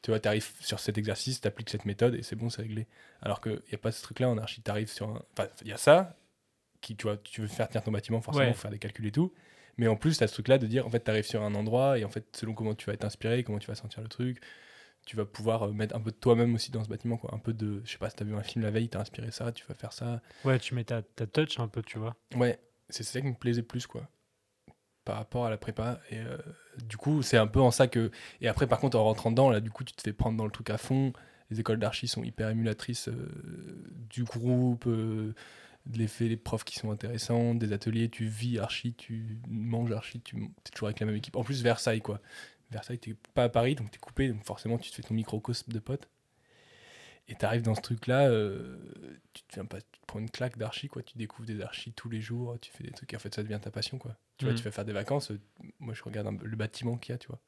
Speaker 1: Tu vois, t'arrives sur cet exercice, t'appliques cette méthode et c'est bon, c'est réglé. Alors qu'il n'y a pas ce truc-là en archi, t'arrives sur un. Enfin, il y a ça, qui, tu vois, tu veux faire tenir ton bâtiment, forcément,
Speaker 2: Ouais.
Speaker 1: faut faire des calculs et tout. Mais en plus, t'as ce truc-là de dire, en fait, t'arrives sur un endroit et en fait, selon comment tu vas être inspiré, comment tu vas sentir le truc, tu vas pouvoir euh, mettre un peu de toi-même aussi dans ce bâtiment, quoi. Un peu de. Je sais pas, si t'as vu un film la veille, t'as inspiré ça, tu vas faire ça.
Speaker 2: Ouais, tu mets ta, ta touch un peu, tu vois.
Speaker 1: Ouais, c'est ça qui me plaisait plus, quoi, par rapport à la prépa. Et euh, du coup, c'est un peu en ça que. Et après, par contre, en rentrant dedans, là, du coup, tu te fais prendre dans le truc à fond. Les écoles d'archi sont hyper émulatrices euh, du groupe, euh, de l'effet, les profs qui sont intéressants, des ateliers, tu vis archi, tu manges archi, tu es toujours avec la même équipe. En plus, Versailles, quoi. Versailles, t'es pas à Paris, donc t'es coupé, donc forcément, tu te fais ton microcosme de potes. Et t'arrives dans ce truc-là, euh, tu te viens pas, tu te prends une claque d'archi, quoi. Tu découvres des archis tous les jours, tu fais des trucs, en fait, ça devient ta passion, quoi. Tu vois,
Speaker 2: Mhm.
Speaker 1: tu vas faire des vacances, euh, moi, je regarde un peu le bâtiment qu'il y a, tu vois.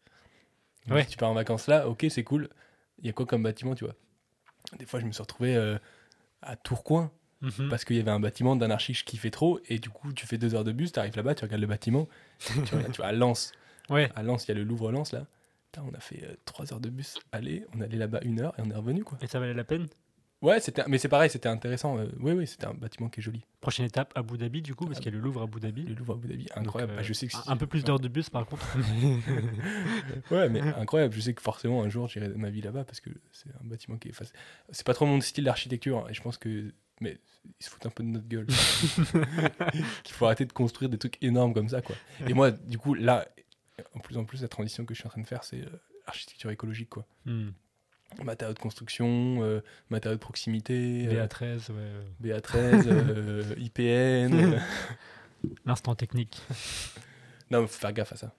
Speaker 1: Donc,
Speaker 2: Ouais.
Speaker 1: Si tu pars en vacances là, ok, c'est cool. Il y a quoi comme bâtiment, tu vois Des fois, je me suis retrouvé euh, à Tourcoing
Speaker 2: Mhm.
Speaker 1: parce qu'il y avait un bâtiment d'un archi que je kiffais trop et du coup tu fais deux heures de bus t'arrives là-bas tu regardes le bâtiment tu, regardes- tu vas à Lens
Speaker 2: Ouais.
Speaker 1: à Lens il y a le Louvre Lens là Putain, on a fait euh, trois heures de bus aller on allait là-bas une heure et on est revenu quoi
Speaker 2: Et ça valait la peine
Speaker 1: ouais c'était mais c'est pareil c'était intéressant euh, oui oui c'était un bâtiment qui est joli
Speaker 2: Prochaine étape, Abu Dhabi, du coup, parce qu'il y a le Louvre à Abu
Speaker 1: le
Speaker 2: Dhabi.
Speaker 1: Louvre à Abu Dhabi incroyable
Speaker 2: Mm.
Speaker 1: Bah,
Speaker 2: Donc, euh,
Speaker 1: je sais que si-
Speaker 2: Un, un peu plus d'heures de bus, par contre.
Speaker 1: ouais mais incroyable je sais que forcément un jour j'irai ma vie là-bas parce que c'est un bâtiment qui est face c'est pas trop mon style d'architecture hein, et je pense que mais ils se foutent un peu de notre gueule. Qu'il faut arrêter de construire des trucs énormes comme ça, quoi. Et moi, du coup, là, en plus en plus, la transition que je suis en train de faire, c'est euh, architecture écologique, quoi.
Speaker 2: Hmm.
Speaker 1: Matériaux de construction, euh, matériaux de proximité, euh,
Speaker 2: BA13, ouais, euh,
Speaker 1: BA13, euh, IPN. euh.
Speaker 2: l'instant technique.
Speaker 1: Non, mais faut faire gaffe à ça.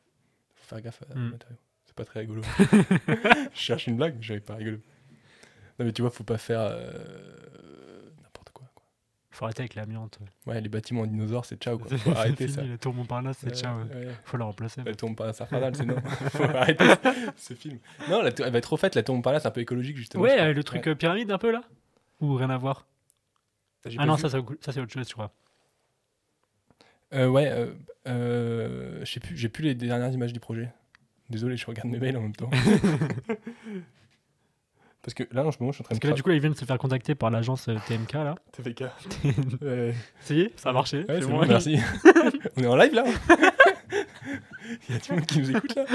Speaker 1: Faut faire gaffe à
Speaker 2: Mm.
Speaker 1: matériaux. C'est pas très rigolo. je cherche une blague, mais j'avais pas rigolo. Non, mais tu vois, faut pas faire euh, n'importe quoi, quoi.
Speaker 2: Faut arrêter avec l'amiante.
Speaker 1: Ouais, les bâtiments en dinosaures, c'est ciao, quoi.
Speaker 2: C'est
Speaker 1: Faut arrêter
Speaker 2: fini,
Speaker 1: ça.
Speaker 2: La tour Montparnasse, c'est ciao. ouais.
Speaker 1: Ouais, ouais.
Speaker 2: Faut la remplacer.
Speaker 1: La tombe par là, c'est infernal, c'est non. Faut arrêter ce film. Non, la tour- elle va être refaite, la tombe par là, c'est un peu écologique, justement. je
Speaker 2: ouais,
Speaker 1: crois.
Speaker 2: euh, le truc euh, pyramide un peu là Ou rien à voir
Speaker 1: J'ai
Speaker 2: Ah
Speaker 1: pas
Speaker 2: non,
Speaker 1: vu.
Speaker 2: ça, ça, ça, c'est autre chose, je crois.
Speaker 1: Euh, ouais, euh, euh, je sais plus, j'ai plus les dernières images du projet. Désolé, je regarde mes mails en même temps. Parce que là, en ce moment, je suis en train
Speaker 2: Parce
Speaker 1: de
Speaker 2: que là, du coup, ils viennent de se faire contacter par l'agence euh, TMK là.
Speaker 1: TVK.
Speaker 2: Ça y est, ça a marché.
Speaker 1: Ouais,
Speaker 2: c'est
Speaker 1: c'est
Speaker 2: bon.
Speaker 1: bon, merci. On est en live là Il y a du monde qui nous écoute là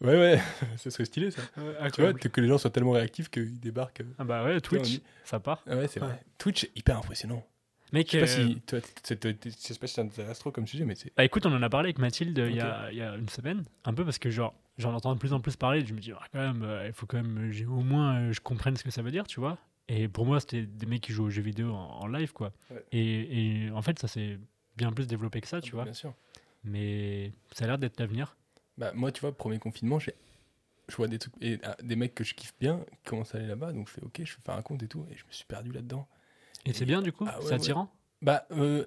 Speaker 1: Ouais, ouais, ce serait stylé ça.
Speaker 2: Euh,
Speaker 1: Tu vois,
Speaker 2: incroyable.
Speaker 1: que les gens soient tellement réactifs qu'ils débarquent. euh.
Speaker 2: Ah bah ouais, Twitch, ça part.
Speaker 1: Ah ouais, c'est vrai. Twitch, est hyper impressionnant.
Speaker 2: Mec,
Speaker 1: Je sais pas
Speaker 2: euh,
Speaker 1: si toi, t- c'est- t- t- je sais pas si c'est un désastre comme sujet, mais c'est.
Speaker 2: Bah écoute, on en a parlé avec Mathilde euh, il y, a, il y a une semaine, un peu parce que genre j'en entends de plus en plus parler, je me dis ah, quand même, euh, il faut quand même, euh, j'ai- au moins euh, je comprenne ce que ça veut dire, tu vois. Et pour moi, c'était des mecs qui jouent aux jeux vidéo en, en live, quoi.
Speaker 1: Ouais. Ah,
Speaker 2: Et, et en fait, ça s'est bien plus développé que ça, tu vois.
Speaker 1: Bien sûr.
Speaker 2: Mais ça a l'air d'être l'avenir.
Speaker 1: Bah, moi, tu vois, premier confinement, j'ai- je vois des trucs et ah, des mecs que je kiffe bien qui commencent à aller là-bas, donc je fais ok, je fais faire un compte et tout, et je me suis perdu là-dedans.
Speaker 2: Et c'est bien, du coup,
Speaker 1: Ah ouais,
Speaker 2: c'est attirant.
Speaker 1: Bah, euh,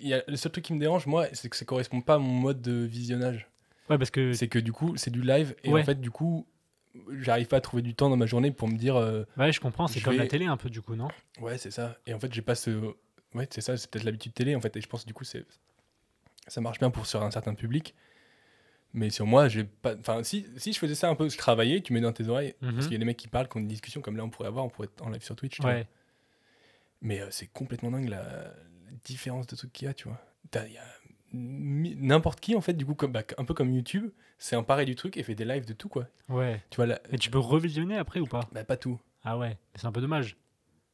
Speaker 1: il y a- le seul truc qui me dérange, moi, c'est que ça correspond pas à mon mode de visionnage.
Speaker 2: Ouais, parce que
Speaker 1: C'est que du coup, c'est du live, et
Speaker 2: Ouais.
Speaker 1: en fait, du coup, j'arrive pas à trouver du temps dans ma journée pour me dire euh,
Speaker 2: ouais, je comprends, c'est
Speaker 1: je
Speaker 2: comme la
Speaker 1: vais-
Speaker 2: télé un peu, du coup, non
Speaker 1: ouais, c'est ça. Et en fait, j'ai pas ce. Ouais, c'est ça, c'est peut-être l'habitude télé, en fait, et je pense du coup, c'est ça marche bien pour sur un certain public. Mais sur moi, j'ai pas. Enfin, si, si je faisais ça un peu, je travaillais, tu mets dans tes oreilles,
Speaker 2: Mhm.
Speaker 1: parce qu'il y a des mecs qui parlent, qui ont une discussion comme là, on pourrait avoir, on pourrait être en live sur Twitch. tu vois.
Speaker 2: Ouais.
Speaker 1: Mais euh, c'est complètement dingue la, la différence de trucs qu'il y a, tu vois. T'as- y a mi- N'importe qui, en fait, du coup, comme, bah, un peu comme YouTube, c'est un pareil du truc et fait des lives de tout, quoi.
Speaker 2: Ouais.
Speaker 1: Tu vois, là,
Speaker 2: Et tu peux revisionner après ou pas
Speaker 1: bah, pas tout.
Speaker 2: Ah ouais, c'est un peu dommage.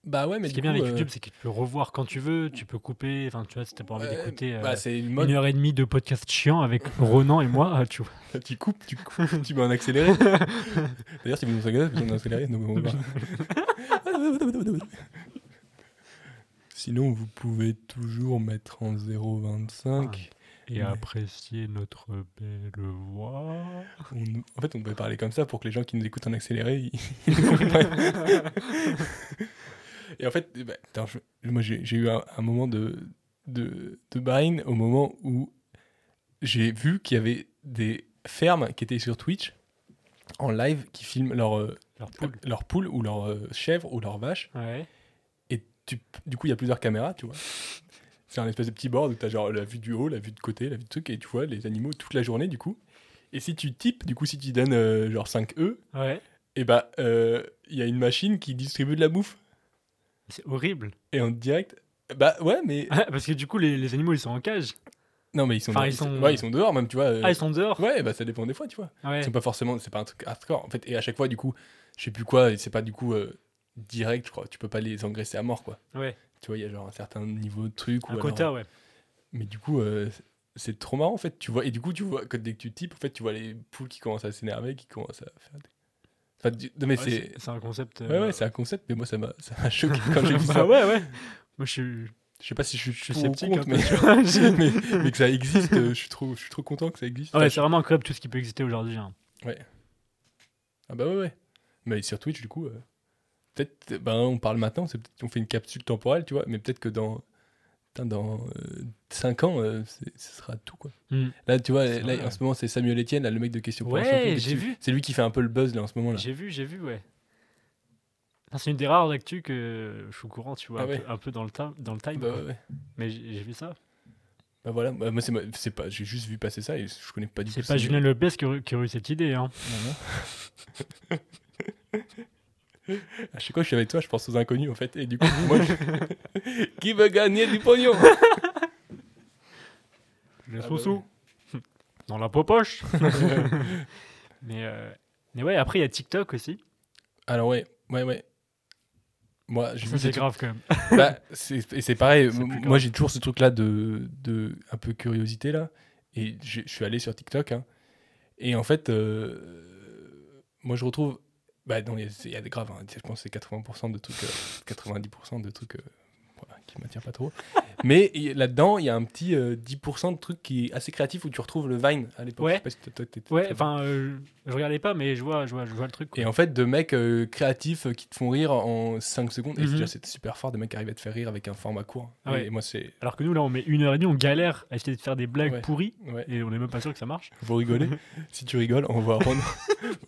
Speaker 1: Bah ouais, mais
Speaker 2: Ce qui
Speaker 1: du
Speaker 2: est bien
Speaker 1: coup,
Speaker 2: avec
Speaker 1: euh,
Speaker 2: YouTube, c'est que tu peux revoir quand tu veux, tu peux couper. Enfin, tu vois, si t'as pas envie
Speaker 1: ouais,
Speaker 2: d'écouter
Speaker 1: bah,
Speaker 2: euh,
Speaker 1: c'est une
Speaker 2: une
Speaker 1: mode.
Speaker 2: heure et demie de podcast chiant avec Ronan et moi, euh, tu vois.
Speaker 1: tu coupes, tu coupes, tu mets en accéléré. D'ailleurs, si vous nous regardez, vous en accéléré. donc on va- Sinon, vous pouvez toujours mettre en
Speaker 2: Ah.
Speaker 1: 0,25.
Speaker 2: Et
Speaker 1: Mais-
Speaker 2: apprécier notre belle voix.
Speaker 1: On- En fait, on peut parler comme ça pour que les gens qui nous écoutent en accéléré, ils- ils nous comprennent. Et en fait, eh ben, attends, je- moi j'ai j'ai eu un, un moment de, de, de brain au moment où j'ai vu qu'il y avait des fermes qui étaient sur Twitch en live qui filment leur, euh,
Speaker 2: Leur poule.
Speaker 1: leur poule ou leur euh, chèvre ou leur vache.
Speaker 2: Ouais.
Speaker 1: Et tu- du coup, il y a plusieurs caméras, tu vois. C'est un espèce de petit board où tu as genre la vue du haut, la vue de côté, la vue de truc, et tu vois les animaux toute la journée, du coup. Et si tu types, du coup, si tu donnes euh, genre 5 E,
Speaker 2: Ouais.
Speaker 1: et bah, euh, il y a une machine qui distribue de la bouffe.
Speaker 2: C'est horrible.
Speaker 1: Et en direct, bah ouais, mais.
Speaker 2: Ah, Parce que du coup, les, les animaux, ils sont en cage.
Speaker 1: Non, mais ils sont,
Speaker 2: Enfin,
Speaker 1: dehors,
Speaker 2: ils sont-
Speaker 1: ouais, ils sont dehors, même, tu vois. euh,
Speaker 2: Ah, ils sont dehors.
Speaker 1: Ouais, bah ça dépend des fois, tu vois.
Speaker 2: Ouais.
Speaker 1: C'est pas forcément, c'est pas un truc hardcore. En fait, et à chaque fois, du coup, je sais plus quoi, et c'est pas du coup euh, direct, je crois. Tu peux pas les engraisser à mort, quoi.
Speaker 2: Ouais.
Speaker 1: Tu vois, il y a genre un certain niveau de truc.
Speaker 2: Un
Speaker 1: ou alors-
Speaker 2: quota, ouais.
Speaker 1: Mais du coup, euh, c'est- c'est trop marrant en fait. Tu vois, et du coup, tu vois, que dès que tu types, en fait, tu vois les poules qui commencent à s'énerver, qui commencent à faire des. Enfin, du- non, mais
Speaker 2: Ah
Speaker 1: c'est.
Speaker 2: Ouais, c'est c'est un concept.
Speaker 1: Ouais,
Speaker 2: euh,
Speaker 1: ouais, c'est un concept, mais moi, ça m'a ça m'a choqué quand j'ai vu
Speaker 2: bah
Speaker 1: ça.
Speaker 2: ouais, ouais. Moi, je suis,
Speaker 1: Je sais pas si je suis,
Speaker 2: je suis
Speaker 1: pour ou
Speaker 2: sceptique.
Speaker 1: contre,
Speaker 2: un peu,
Speaker 1: mais,
Speaker 2: tu vois. Je-
Speaker 1: mais, mais que ça existe, euh, je suis trop, je suis trop content que ça existe.
Speaker 2: Ouais,
Speaker 1: Enfin,
Speaker 2: c'est vraiment incroyable tout ce qui peut exister aujourd'hui. hein.
Speaker 1: je- Ah bah ouais, ouais. Mais sur Twitch, du coup, euh, peut-être, ben, on parle maintenant, c'est peut-être qu'on fait une capsule temporelle, tu vois, mais peut-être que dans. putain, Dans 5 ans, euh, c'est- ce sera tout quoi.
Speaker 2: Hmm.
Speaker 1: Là, tu vois,
Speaker 2: C'est
Speaker 1: là,
Speaker 2: vrai.
Speaker 1: en ce moment, c'est Samuel Etienne, là, le mec de Question pour un
Speaker 2: Ouais,
Speaker 1: champion, qui-
Speaker 2: j'ai vu.
Speaker 1: C'est lui qui fait un peu le buzz là en ce moment là.
Speaker 2: J'ai vu, j'ai vu, ouais. Ah, C'est une des rares actus que je suis au courant, tu vois,
Speaker 1: Ah
Speaker 2: un,
Speaker 1: ouais.
Speaker 2: peu, un peu dans le, tim- dans le time.
Speaker 1: Bah,
Speaker 2: quoi.
Speaker 1: ouais, ouais.
Speaker 2: Mais j'ai j'ai vu ça.
Speaker 1: Bah voilà, Bah, moi c'est ma- c'est pas, j'ai juste vu passer ça et je connais pas du tout.
Speaker 2: C'est pas
Speaker 1: Samuel.
Speaker 2: Julien Lepes qui, a eu- qui a eu cette idée. Hein.
Speaker 1: Non, non. À chaque fois que je suis avec toi, je pense aux inconnus en fait. Et du coup, moi, je- qui veut gagner du pognon
Speaker 2: Le
Speaker 1: Ah bah
Speaker 2: sous-sous.
Speaker 1: ouais.
Speaker 2: Dans la peau poche. mais, euh, mais ouais, après, il y a TikTok aussi.
Speaker 1: Alors ouais, ouais, ouais. Moi, j'ai
Speaker 2: Ça,
Speaker 1: vu
Speaker 2: c'est
Speaker 1: des trucs-
Speaker 2: grave quand même.
Speaker 1: Bah, c'est- et c'est pareil,
Speaker 2: C'est
Speaker 1: m-
Speaker 2: plus grave.
Speaker 1: moi j'ai toujours ce truc là de, de un peu curiosité là, et j'ai- je suis allé sur TikTok, hein. et en fait, euh, moi je retrouve, bah non, il y a- c'est- il y a des graves, hein. je pense que c'est 80% de trucs, euh, 90% de trucs euh, voilà, qui m'attirent pas trop, mais il- là-dedans il y a un petit euh, 10% de trucs qui est assez créatif où tu retrouves le Vine à l'époque.
Speaker 2: Ouais.
Speaker 1: Je sais pas si toi, toi, t'étais
Speaker 2: Ouais,
Speaker 1: très
Speaker 2: enfin, euh, je regardais pas, mais je vois, je vois, je vois le truc. quoi.
Speaker 1: et en fait, de mecs euh, créatifs euh, qui te font rire en 5 secondes, et je veux
Speaker 2: Mhm.
Speaker 1: dire, c'est super fort, des mecs qui arrivent à te faire rire avec un format court.
Speaker 2: Ah ouais.
Speaker 1: Et moi, c'est.
Speaker 2: Alors que nous, là, on met une heure et demie, on galère à essayer de faire des blagues
Speaker 1: Ouais.
Speaker 2: pourries
Speaker 1: Ouais,
Speaker 2: et on est même pas sûr que ça marche.
Speaker 1: vous rigolez. si tu rigoles, on va rendre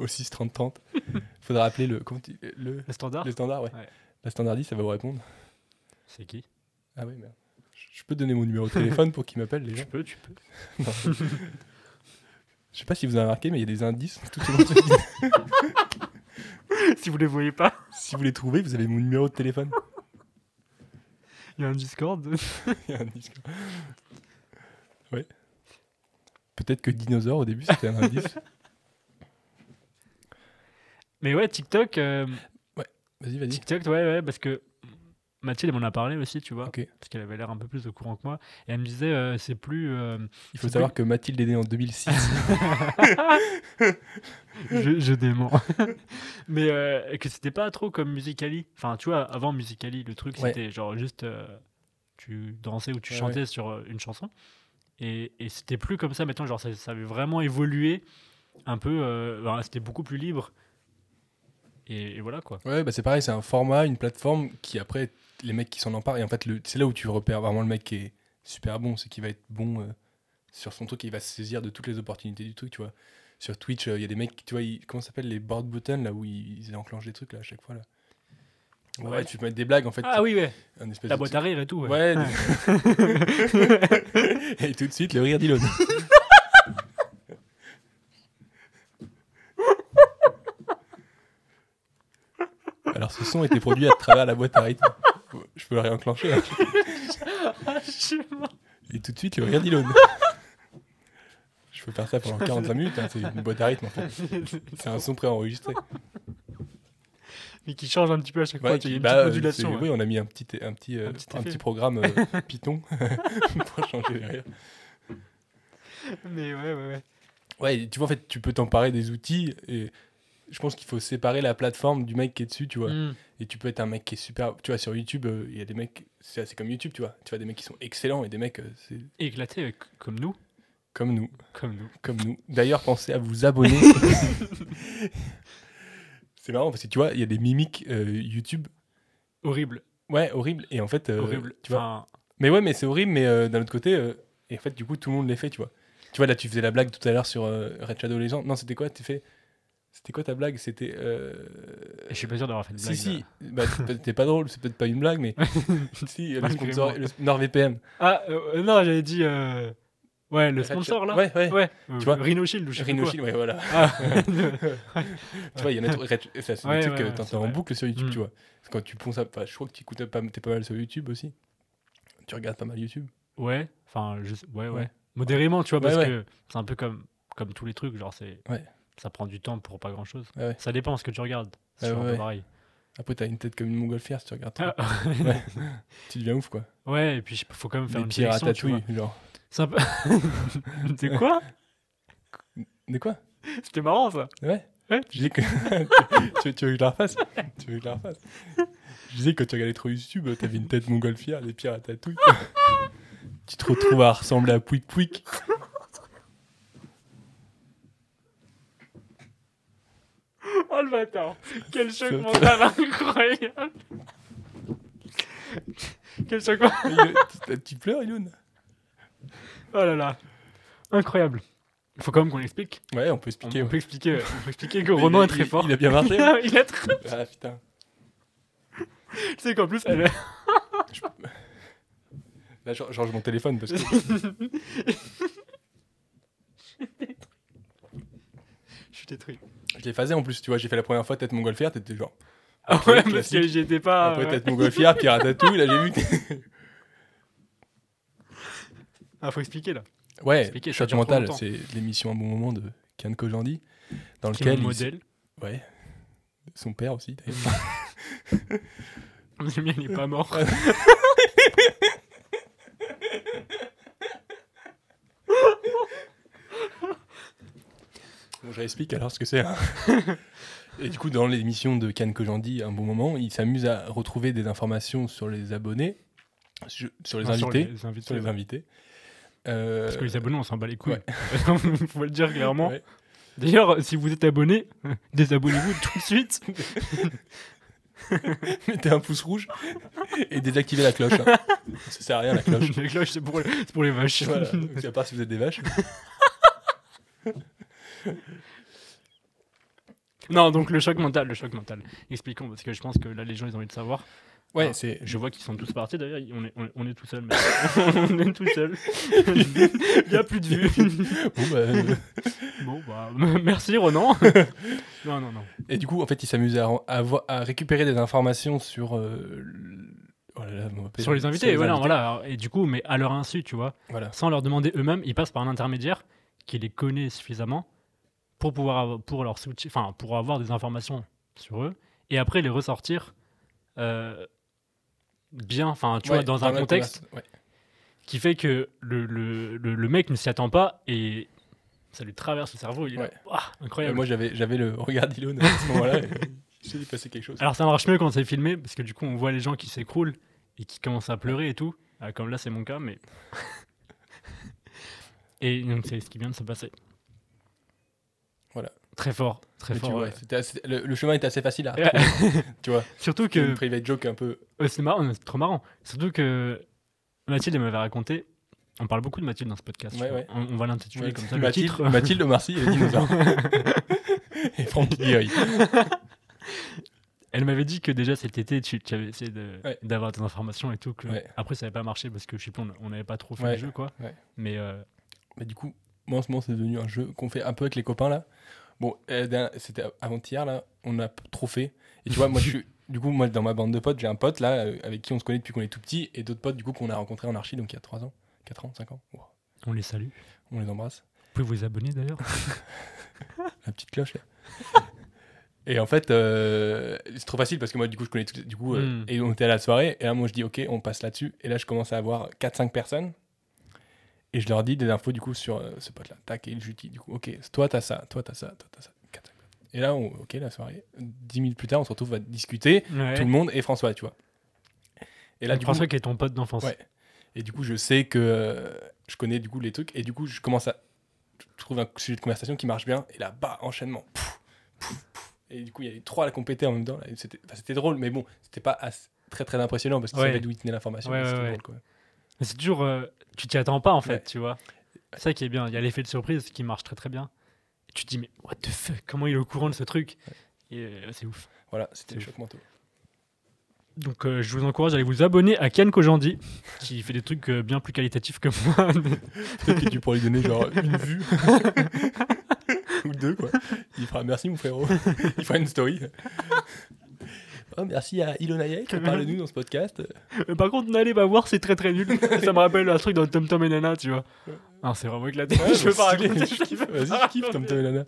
Speaker 1: au 6-30-30. Faudra appeler le, comment tu- le,
Speaker 2: Le standard,
Speaker 1: le standard, ouais.
Speaker 2: Ah. Ouais.
Speaker 1: La standardiste, ça va vous répondre.
Speaker 2: c'est qui
Speaker 1: Ah oui, merde. Je je peux donner mon numéro de téléphone pour qu'il m'appelle, les gens
Speaker 2: Tu peux, tu peux.
Speaker 1: Non. Je sais pas si vous avez remarqué, mais il y a des indices tout au long de cette vidéo.
Speaker 2: si vous les voyez pas,
Speaker 1: Si vous les trouvez, vous avez mon numéro de téléphone.
Speaker 2: il y a un Discord.
Speaker 1: Il y a un disque. Ouais. Peut-être que dinosaure au début c'était un indice.
Speaker 2: mais ouais, TikTok, euh,
Speaker 1: Vas-y, vas-y.
Speaker 2: TikTok, ouais, ouais, parce que Mathilde elle m'en a parlé aussi, tu vois.
Speaker 1: Ok.
Speaker 2: Parce qu'elle avait l'air un peu plus au courant que moi. Et elle me disait, euh, c'est plus. euh,
Speaker 1: Il faut savoir que Mathilde est née en 2006.
Speaker 2: je, je dément. mais euh, que c'était pas trop comme Musicali. Enfin, tu vois, avant Musicali, le truc,
Speaker 1: Ouais.
Speaker 2: c'était genre juste euh, tu dansais ou tu
Speaker 1: Ouais,
Speaker 2: chantais sur euh, une chanson. Et, et c'était plus comme ça maintenant. Genre, ça, ça avait vraiment évolué un peu. euh, ben, c'était beaucoup plus libre. Et, et voilà quoi.
Speaker 1: ouais, bah c'est pareil, c'est un format, une plateforme qui après les mecs qui s'en emparent et en fait le- c'est là où tu repères vraiment le mec qui est super bon, c'est qu'il va être bon euh, sur son truc, et il va se saisir de toutes les opportunités du truc, tu vois. Sur Twitch, euh, il y a des mecs, qui- tu vois, ils, comment ça s'appelle les board buttons là où ils, ils enclenchent des trucs là à chaque fois là. Ouais,
Speaker 2: Ouais.
Speaker 1: tu peux mettre des blagues en fait,
Speaker 2: Ah oui, ouais.
Speaker 1: un espèce
Speaker 2: La
Speaker 1: de
Speaker 2: boîte à rire et tout. Ouais.
Speaker 1: Ouais. Et tout de suite, le rire d'Ilon. Alors, ce son était produit à travers la boîte à rythme. Je peux le réenclencher. hein. Et tout de suite, le rire d'Ilon. Je peux faire ça pendant 45 minutes. hein, C'est une boîte à rythme, en fait. C'est un son préenregistré.
Speaker 2: Mais qui change un petit peu à chaque fois.
Speaker 1: Ouais,
Speaker 2: tu vois, Il y a une
Speaker 1: bah,
Speaker 2: petite
Speaker 1: euh,
Speaker 2: modulation.
Speaker 1: c'est-
Speaker 2: ouais.
Speaker 1: Oui, on a mis un petit, un petit, euh,
Speaker 2: Un petit
Speaker 1: un
Speaker 2: effet.
Speaker 1: petit programme euh, Python pour changer les rires.
Speaker 2: Mais ouais, ouais, ouais.
Speaker 1: Ouais, et tu vois, en fait, tu peux t'emparer des outils et je pense qu'il faut séparer la plateforme du mec qui est dessus, tu vois.
Speaker 2: Mm.
Speaker 1: Et tu peux être un mec qui est super. Tu vois, sur YouTube, euh, il y a des mecs. C'est assez comme YouTube, tu vois. Tu vois, des mecs qui sont excellents et des mecs, euh, c'est
Speaker 2: Éclaté euh, c- comme nous.
Speaker 1: comme nous.
Speaker 2: Comme nous.
Speaker 1: Comme nous. D'ailleurs, pensez à vous abonner. c'est marrant parce que tu vois, il y a des mimiques euh, YouTube.
Speaker 2: Horrible.
Speaker 1: Ouais, horrible. Et en fait, euh,
Speaker 2: horrible.
Speaker 1: tu vois.
Speaker 2: Enfin,
Speaker 1: Mais ouais, mais c'est horrible, mais euh, d'un autre côté, euh, et en fait, du coup, tout le monde les fait, tu vois. Tu vois, là, tu faisais la blague tout à l'heure sur euh, Red Shadow Legends. Non, c'était quoi t'es fait... C'était quoi ta blague C'était. euh,
Speaker 2: je suis pas sûr d'avoir fait une
Speaker 1: Si,
Speaker 2: blague. là.
Speaker 1: si. Bah, c'est peut- t'es pas drôle, c'est peut-être pas une blague, mais. si, euh, le
Speaker 2: Malgré
Speaker 1: sponsor,
Speaker 2: moi.
Speaker 1: le E NordVPN.
Speaker 2: Ah, euh, non, j'avais dit. euh, Ouais, le sponsor là
Speaker 1: Ouais, ouais.
Speaker 2: Ouais. euh,
Speaker 1: vois,
Speaker 2: Rhino Shield ou je sais
Speaker 1: Rhino
Speaker 2: plus
Speaker 1: Shield, ouais, voilà.
Speaker 2: quoi. Ah.
Speaker 1: tu vois, il y en a. Red- Ça, c'est des
Speaker 2: Ouais,
Speaker 1: trucs euh,
Speaker 2: ouais,
Speaker 1: que
Speaker 2: ouais, c'est
Speaker 1: t'entends en
Speaker 2: vrai.
Speaker 1: boucle sur YouTube,
Speaker 2: Mm.
Speaker 1: tu vois. Parce que quand tu penses à. bah, je crois que tu écoutes pas, t'es pas mal sur YouTube aussi. Tu regardes pas mal YouTube.
Speaker 2: ouais, enfin, je sais- ouais, ouais,
Speaker 1: Ouais.
Speaker 2: Modérément, tu vois,
Speaker 1: Ouais,
Speaker 2: parce
Speaker 1: ouais.
Speaker 2: que c'est un peu comme, comme tous les trucs, genre, c'est.
Speaker 1: Ouais.
Speaker 2: Ça prend du temps pour pas grand chose.
Speaker 1: Ouais, ouais.
Speaker 2: Ça dépend ce que tu regardes. C'est
Speaker 1: Ouais,
Speaker 2: toujours un peu
Speaker 1: ouais.
Speaker 2: pareil.
Speaker 1: Après, t'as une tête comme une montgolfière si tu regardes. trop.
Speaker 2: Ah.
Speaker 1: Ouais. tu deviens ouf, quoi.
Speaker 2: Ouais, et puis je- faut quand même faire
Speaker 1: Des
Speaker 2: une
Speaker 1: pirates
Speaker 2: sélection,
Speaker 1: à
Speaker 2: tu vois.
Speaker 1: genre.
Speaker 2: C'est un peu. c'est quoi
Speaker 1: De quoi
Speaker 2: C'était marrant ça.
Speaker 1: Ouais.
Speaker 2: Ouais.
Speaker 1: Je dis que. tu, tu veux que je la refasse Tu veux que je la refasse Je disais que quand tu regardais trop YouTube, t'avais une tête montgolfière, les pierres à tatouille. tu te retrouves à ressembler à Pouic Pouic.
Speaker 2: Oh le bâtard Quel choc
Speaker 1: Ça-
Speaker 2: mental incroyable Quel choc mental
Speaker 1: Et le- tu- tu pleures, Iloun
Speaker 2: Oh là là Incroyable Il faut quand même qu'on l'explique.
Speaker 1: Ouais, on peut
Speaker 2: On,
Speaker 1: expliquer.
Speaker 2: on
Speaker 1: ouais.
Speaker 2: peut expliquer, on peut expliquer que
Speaker 1: Mais
Speaker 2: Ronan
Speaker 1: il-
Speaker 2: Ah est très
Speaker 1: il-
Speaker 2: fort.
Speaker 1: Il a bien marché. ouais.
Speaker 2: Il est très...
Speaker 1: ah putain.
Speaker 2: Tu sais qu'en plus, elle...
Speaker 1: Là, je je range mon téléphone parce que.
Speaker 2: Je suis détruit.
Speaker 1: Je l'ai phasé en plus, tu vois. J'ai fait la première fois tête montgolfière, t'étais genre.
Speaker 2: Ah
Speaker 1: Ok,
Speaker 2: ouais, parce
Speaker 1: classique.
Speaker 2: que j'y étais pas...
Speaker 1: Après
Speaker 2: Ah, ouais.
Speaker 1: tête montgolfière, pierre à tatouille, là j'ai vu que.
Speaker 2: Ah, faut expliquer là.
Speaker 1: Ouais,
Speaker 2: Expliquer, ça
Speaker 1: Choc
Speaker 2: dure trop
Speaker 1: mental,
Speaker 2: longtemps.
Speaker 1: c'est l'émission Un bon moment de Kian Kojandi. Dans
Speaker 2: Quel
Speaker 1: lequel il-
Speaker 2: modèle
Speaker 1: Ouais. Son père aussi. d'ailleurs.
Speaker 2: Le mien, il est pas mort.
Speaker 1: Bon, je réexplique alors ce que c'est. hein. Et du coup, dans l'émission de Cannes que j'en dis, un bon moment, il s'amuse à retrouver des informations sur les abonnés, sur sur les
Speaker 2: Enfin, Ah, sur
Speaker 1: invités,
Speaker 2: les invités,
Speaker 1: sur les
Speaker 2: ouais.
Speaker 1: invités. Euh,
Speaker 2: Parce que les abonnés, on s'en bat les couilles.
Speaker 1: ouais.
Speaker 2: Faut le dire clairement.
Speaker 1: ouais.
Speaker 2: D'ailleurs, si vous êtes abonné, désabonnez-vous tout de suite.
Speaker 1: Mettez un pouce rouge et désactivez la cloche. hein. Ça sert à rien la cloche.
Speaker 2: La cloche, c'est pour, c'est pour les vaches.
Speaker 1: Voilà, donc, à part si vous êtes des vaches.
Speaker 2: Non, donc le choc mental, le choc mental. Expliquons, parce que je pense que là, les gens, ils ont envie de savoir.
Speaker 1: Ouais, c'est.
Speaker 2: Je vois qu'ils sont tous partis, d'ailleurs, on est, on est, on est tout seul. mec. on est tout seul. Il n'y a plus de vue.
Speaker 1: Bon, bah, euh,
Speaker 2: bon, bah, merci Ronan. non, non, non.
Speaker 1: Et du coup, en fait, il s'amusait à, à vo- à récupérer des informations sur. euh, le- oh là là, mon appel-
Speaker 2: Sur les invités, voilà,
Speaker 1: invités.
Speaker 2: voilà. Et du coup, mais à leur insu, tu vois,
Speaker 1: Voilà.
Speaker 2: sans leur demander eux-mêmes, ils passent par un intermédiaire qui les connaît suffisamment pour pouvoir avoir, pour leur soutien, enfin, pour avoir des informations sur eux et après les ressortir euh, bien, enfin, tu vois,
Speaker 1: Ouais,
Speaker 2: dans un
Speaker 1: la
Speaker 2: contexte
Speaker 1: converse- ouais.
Speaker 2: qui fait que le, le, le, le mec ne s'y attend pas et ça lui traverse le cerveau. Il est là,
Speaker 1: Ouais.
Speaker 2: Ouah,
Speaker 1: Et
Speaker 2: incroyable.
Speaker 1: moi, j'avais, j'avais le regard d'Ilon à ce moment-là. et J'ai dit passer quelque chose.
Speaker 2: Alors ça marche mieux quand c'est filmé parce que du coup on voit les gens qui s'écroulent et qui commencent à pleurer et tout. Ah, comme là c'est mon cas, mais. et donc c'est ce qui vient de se passer.
Speaker 1: Voilà.
Speaker 2: Très fort, très
Speaker 1: Mais tu
Speaker 2: fort.
Speaker 1: vois,
Speaker 2: ouais.
Speaker 1: c'était assez- le, le chemin était assez facile à
Speaker 2: Ouais.
Speaker 1: retrouver, tu vois.
Speaker 2: Surtout
Speaker 1: Que...
Speaker 2: que.
Speaker 1: Une private joke un peu.
Speaker 2: euh, c'est marrant, c'est trop marrant. Surtout que Mathilde elle m'avait raconté. On parle beaucoup de Mathilde dans ce podcast. tu
Speaker 1: Ouais,
Speaker 2: vois.
Speaker 1: ouais.
Speaker 2: On, on va l'intituler comme ça. Le
Speaker 1: Mathilde,
Speaker 2: titre.
Speaker 1: Mathilde Marcy et les dinosaures. et Franck Guéry.
Speaker 2: Elle m'avait dit que déjà cet été, tu, tu avais essayé de-
Speaker 1: Ouais.
Speaker 2: d'avoir des informations et tout. Que
Speaker 1: Ouais.
Speaker 2: Après, ça n'avait pas marché parce que je sais pas, on- on n'avait pas trop fait
Speaker 1: Ouais,
Speaker 2: le jeu, quoi.
Speaker 1: ouais.
Speaker 2: Mais euh,
Speaker 1: Mais du coup, moi en ce moment, c'est devenu un jeu qu'on fait un peu avec les copains là. Bon, euh, dernière- c'était avant-hier là, on a p- trop fait. Et tu vois, moi je suis. Du coup, moi dans ma bande de potes, j'ai un pote là euh, avec qui on se connaît depuis qu'on est tout petit et d'autres potes du coup qu'on a rencontrés en archi donc il y a 3 ans, 4 ans, 5 ans. Wow.
Speaker 2: on les salue.
Speaker 1: On les embrasse.
Speaker 2: Vous pouvez vous abonner d'ailleurs.
Speaker 1: la petite cloche là. et en fait, euh, c'est trop facile parce que moi, du coup, je connais tout- du coup, euh,
Speaker 2: Mm.
Speaker 1: et on était à la soirée, et là, moi, je dis, ok, on passe là-dessus, et là, je commence à avoir 4-5 personnes, et je leur dis des infos, du coup, sur euh, ce pote-là, tac, et il lui dit, du coup, ok, toi, t'as ça, toi, t'as ça, toi, t'as ça, 4-5 personnes. Et là, on- ok, la soirée, 10 minutes plus tard, on se retrouve à discuter, tout le monde et François, tu vois. Et là, du coup,
Speaker 2: François qui est ton pote d'enfance.
Speaker 1: Ouais. et du coup, je sais que euh, je connais du coup les trucs. Et du coup, je commence à. Je trouve un sujet de conversation qui marche bien. Et là, bah, enchaînement. Pouf, pouf, pouf. Et du coup, il y a les trois à compléter en même temps. là, et C'était enfin, c'était drôle, mais bon, c'était pas assez- très très impressionnant parce qu'ils
Speaker 2: Ouais.
Speaker 1: savaient d'où ils tenaient l'information.
Speaker 2: Ouais,
Speaker 1: mais c'était
Speaker 2: ouais,
Speaker 1: drôle, quoi.
Speaker 2: Mais c'est toujours. euh, tu t'y attends pas en fait,
Speaker 1: Ouais.
Speaker 2: tu vois. C'est ça qui est bien. Il y a l'effet de surprise qui marche très très bien. Et tu te dis, mais what the fuck, comment il est au courant de ce truc Et euh, c'est ouf.
Speaker 1: Voilà, c'était
Speaker 2: C'est
Speaker 1: le choc mentaux.
Speaker 2: Donc euh, je vous encourage à aller vous abonner à Ken Kojandi, qui fait des trucs euh, bien plus qualitatifs que moi.
Speaker 1: Peut-être que tu pourrais lui donner genre une vue. Ou deux, quoi. Il fera merci, mon frérot. Il fera une story. Oh, merci à Ilona Hayek, parle-nous dans ce podcast.
Speaker 2: Mais par contre, n'allez pas voir, c'est très très nul. ça me rappelle un truc dans Tom Tom et Nana, tu vois. Non, c'est vraiment éclaté.
Speaker 1: Ouais,
Speaker 2: je veux pas
Speaker 1: bah, stylé,
Speaker 2: raconter.
Speaker 1: je kiffe. Vas-y, je kiffe, Tom Tom et Nana.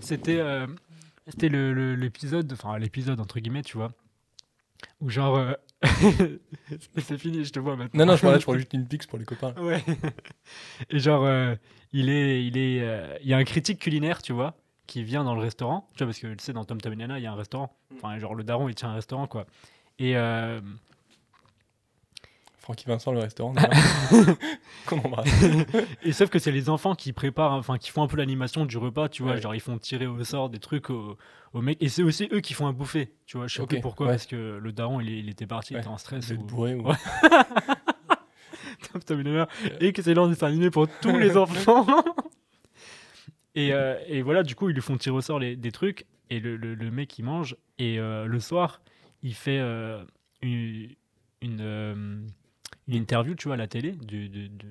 Speaker 2: C'était euh, c'était le- le- l'épisode, enfin l'épisode entre guillemets, tu vois, où genre euh, c'est fini, je te vois maintenant.
Speaker 1: Non, non, je parlais, je prends juste une pix pour les copains. là.
Speaker 2: Ouais. Et genre euh, il est il est euh, il y a un critique culinaire, tu vois, qui vient dans le restaurant, tu vois parce que tu sais dans Tom Tom et Nana, il y a un restaurant. Enfin genre le daron, il tient un restaurant quoi. Et euh,
Speaker 1: Francky Vincent, le restaurant, d'ailleurs. qu'on embrasse.
Speaker 2: Et sauf que c'est les enfants qui préparent, enfin qui font un peu l'animation du repas, tu vois.
Speaker 1: Ouais.
Speaker 2: Genre ils font tirer au sort des trucs aux au mecs. Et c'est aussi eux qui font à bouffer, tu vois. Je sais
Speaker 1: Ok,
Speaker 2: plus pourquoi,
Speaker 1: ouais.
Speaker 2: parce que le daron il, est- il était parti, il
Speaker 1: Ouais.
Speaker 2: était en stress.
Speaker 1: Je vais
Speaker 2: ou-
Speaker 1: te bourrer. ou-
Speaker 2: Ouais. Putain, mais d'ailleurs,
Speaker 1: Ouais.
Speaker 2: Et que c'est leur dessin animé pour tous les enfants. et, euh, et voilà, du coup ils lui font tirer au sort les- des trucs. Et le, le- le mec il mange. Et euh, le soir, il fait euh, une, une, euh, une interview, tu vois, à la télé du, du- du-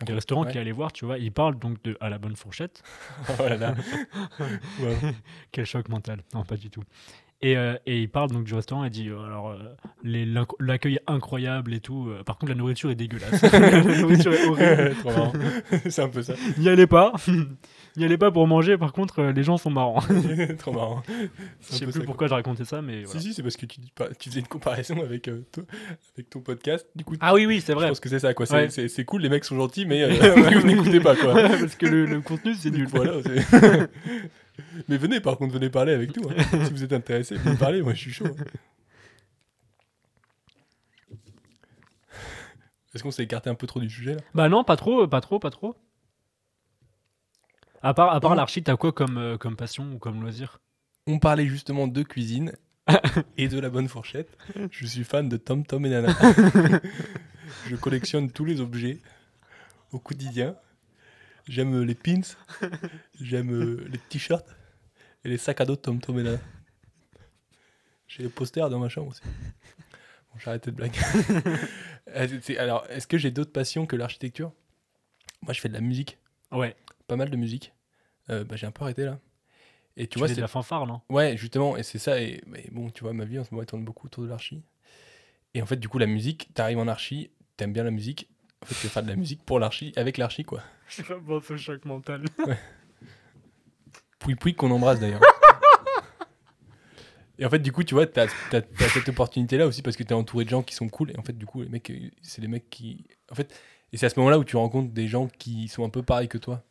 Speaker 1: Ok,
Speaker 2: des restaurants
Speaker 1: ouais.
Speaker 2: qu'il est allé voir, tu vois. Il parle donc de à la bonne fourchette.
Speaker 1: Oh là là. Ouais.
Speaker 2: Quel choc mental. Non, pas du tout. Et, euh, et il parle donc du restaurant et dit euh, alors euh, les- l'inc- l'accueil est incroyable et tout. euh, par contre, la nourriture est dégueulasse. la nourriture est horrible.
Speaker 1: Trop marrant. c'est un peu ça.
Speaker 2: N'y allez pas. N'y allez pas pour manger. Par contre, euh, les gens sont marrants.
Speaker 1: Trop marrant.
Speaker 2: Je sais
Speaker 1: peu
Speaker 2: plus
Speaker 1: ça,
Speaker 2: pourquoi j'ai raconté ça, mais voilà.
Speaker 1: Si, si, c'est parce que tu, dis pas- tu faisais une comparaison avec, euh, toi- avec ton podcast. Du coup,
Speaker 2: Ah oui, oui, c'est
Speaker 1: je
Speaker 2: vrai.
Speaker 1: pense que c'est ça, quoi. C'est
Speaker 2: Ouais.
Speaker 1: c'est- c'est cool, les mecs sont gentils, mais euh, vous n'écoutez pas, quoi.
Speaker 2: Parce que le, le contenu, c'est
Speaker 1: Donc,
Speaker 2: nul.
Speaker 1: voilà, c'est- mais venez, par contre, venez parler avec nous. hein. si vous êtes intéressé, venez parler, moi je suis chaud. hein. Est-ce qu'on s'est écarté un peu trop du sujet là
Speaker 2: Bah non, pas trop, pas trop, pas trop. À part, à part
Speaker 1: Non.
Speaker 2: l'archi, t'as quoi comme, euh, comme passion ou comme loisir
Speaker 1: On parlait justement de cuisine et de la bonne fourchette. Je suis fan de Tom Tom et Nana. Je collectionne tous les objets au quotidien. J'aime les pins, j'aime euh, les t-shirts et les sacs à dos de Tom Tom et Nana. J'ai les posters dans ma chambre aussi. Bon, j'ai arrêté de blague. Euh, c'est- c'est- Alors, est-ce que j'ai d'autres passions que l'architecture Moi, je fais de la musique,
Speaker 2: Ouais,
Speaker 1: pas mal de musique. Euh, bah, j'ai un peu arrêté là. Et tu,
Speaker 2: tu
Speaker 1: vois,
Speaker 2: fais
Speaker 1: c'est
Speaker 2: de la fanfare, non
Speaker 1: Ouais, justement, et c'est ça. Et mais bon, tu vois, ma vie en ce moment, elle tourne beaucoup autour de l'archi. Et en fait, du coup, la musique, t'arrives en archi, t'aimes bien la musique. En fait, tu veux faire de la musique pour l'archi, avec l'archi, quoi.
Speaker 2: Je suis vraiment ce choc mental.
Speaker 1: Poui Poui qu'on embrasse d'ailleurs. et en fait, du coup, tu vois, t'as as, cette opportunité-là aussi parce que t'es entouré de gens qui sont cool. Et en fait, du coup, les mecs, euh, c'est les mecs qui. En fait, et c'est à ce moment-là où tu rencontres des gens qui sont un peu pareils que toi.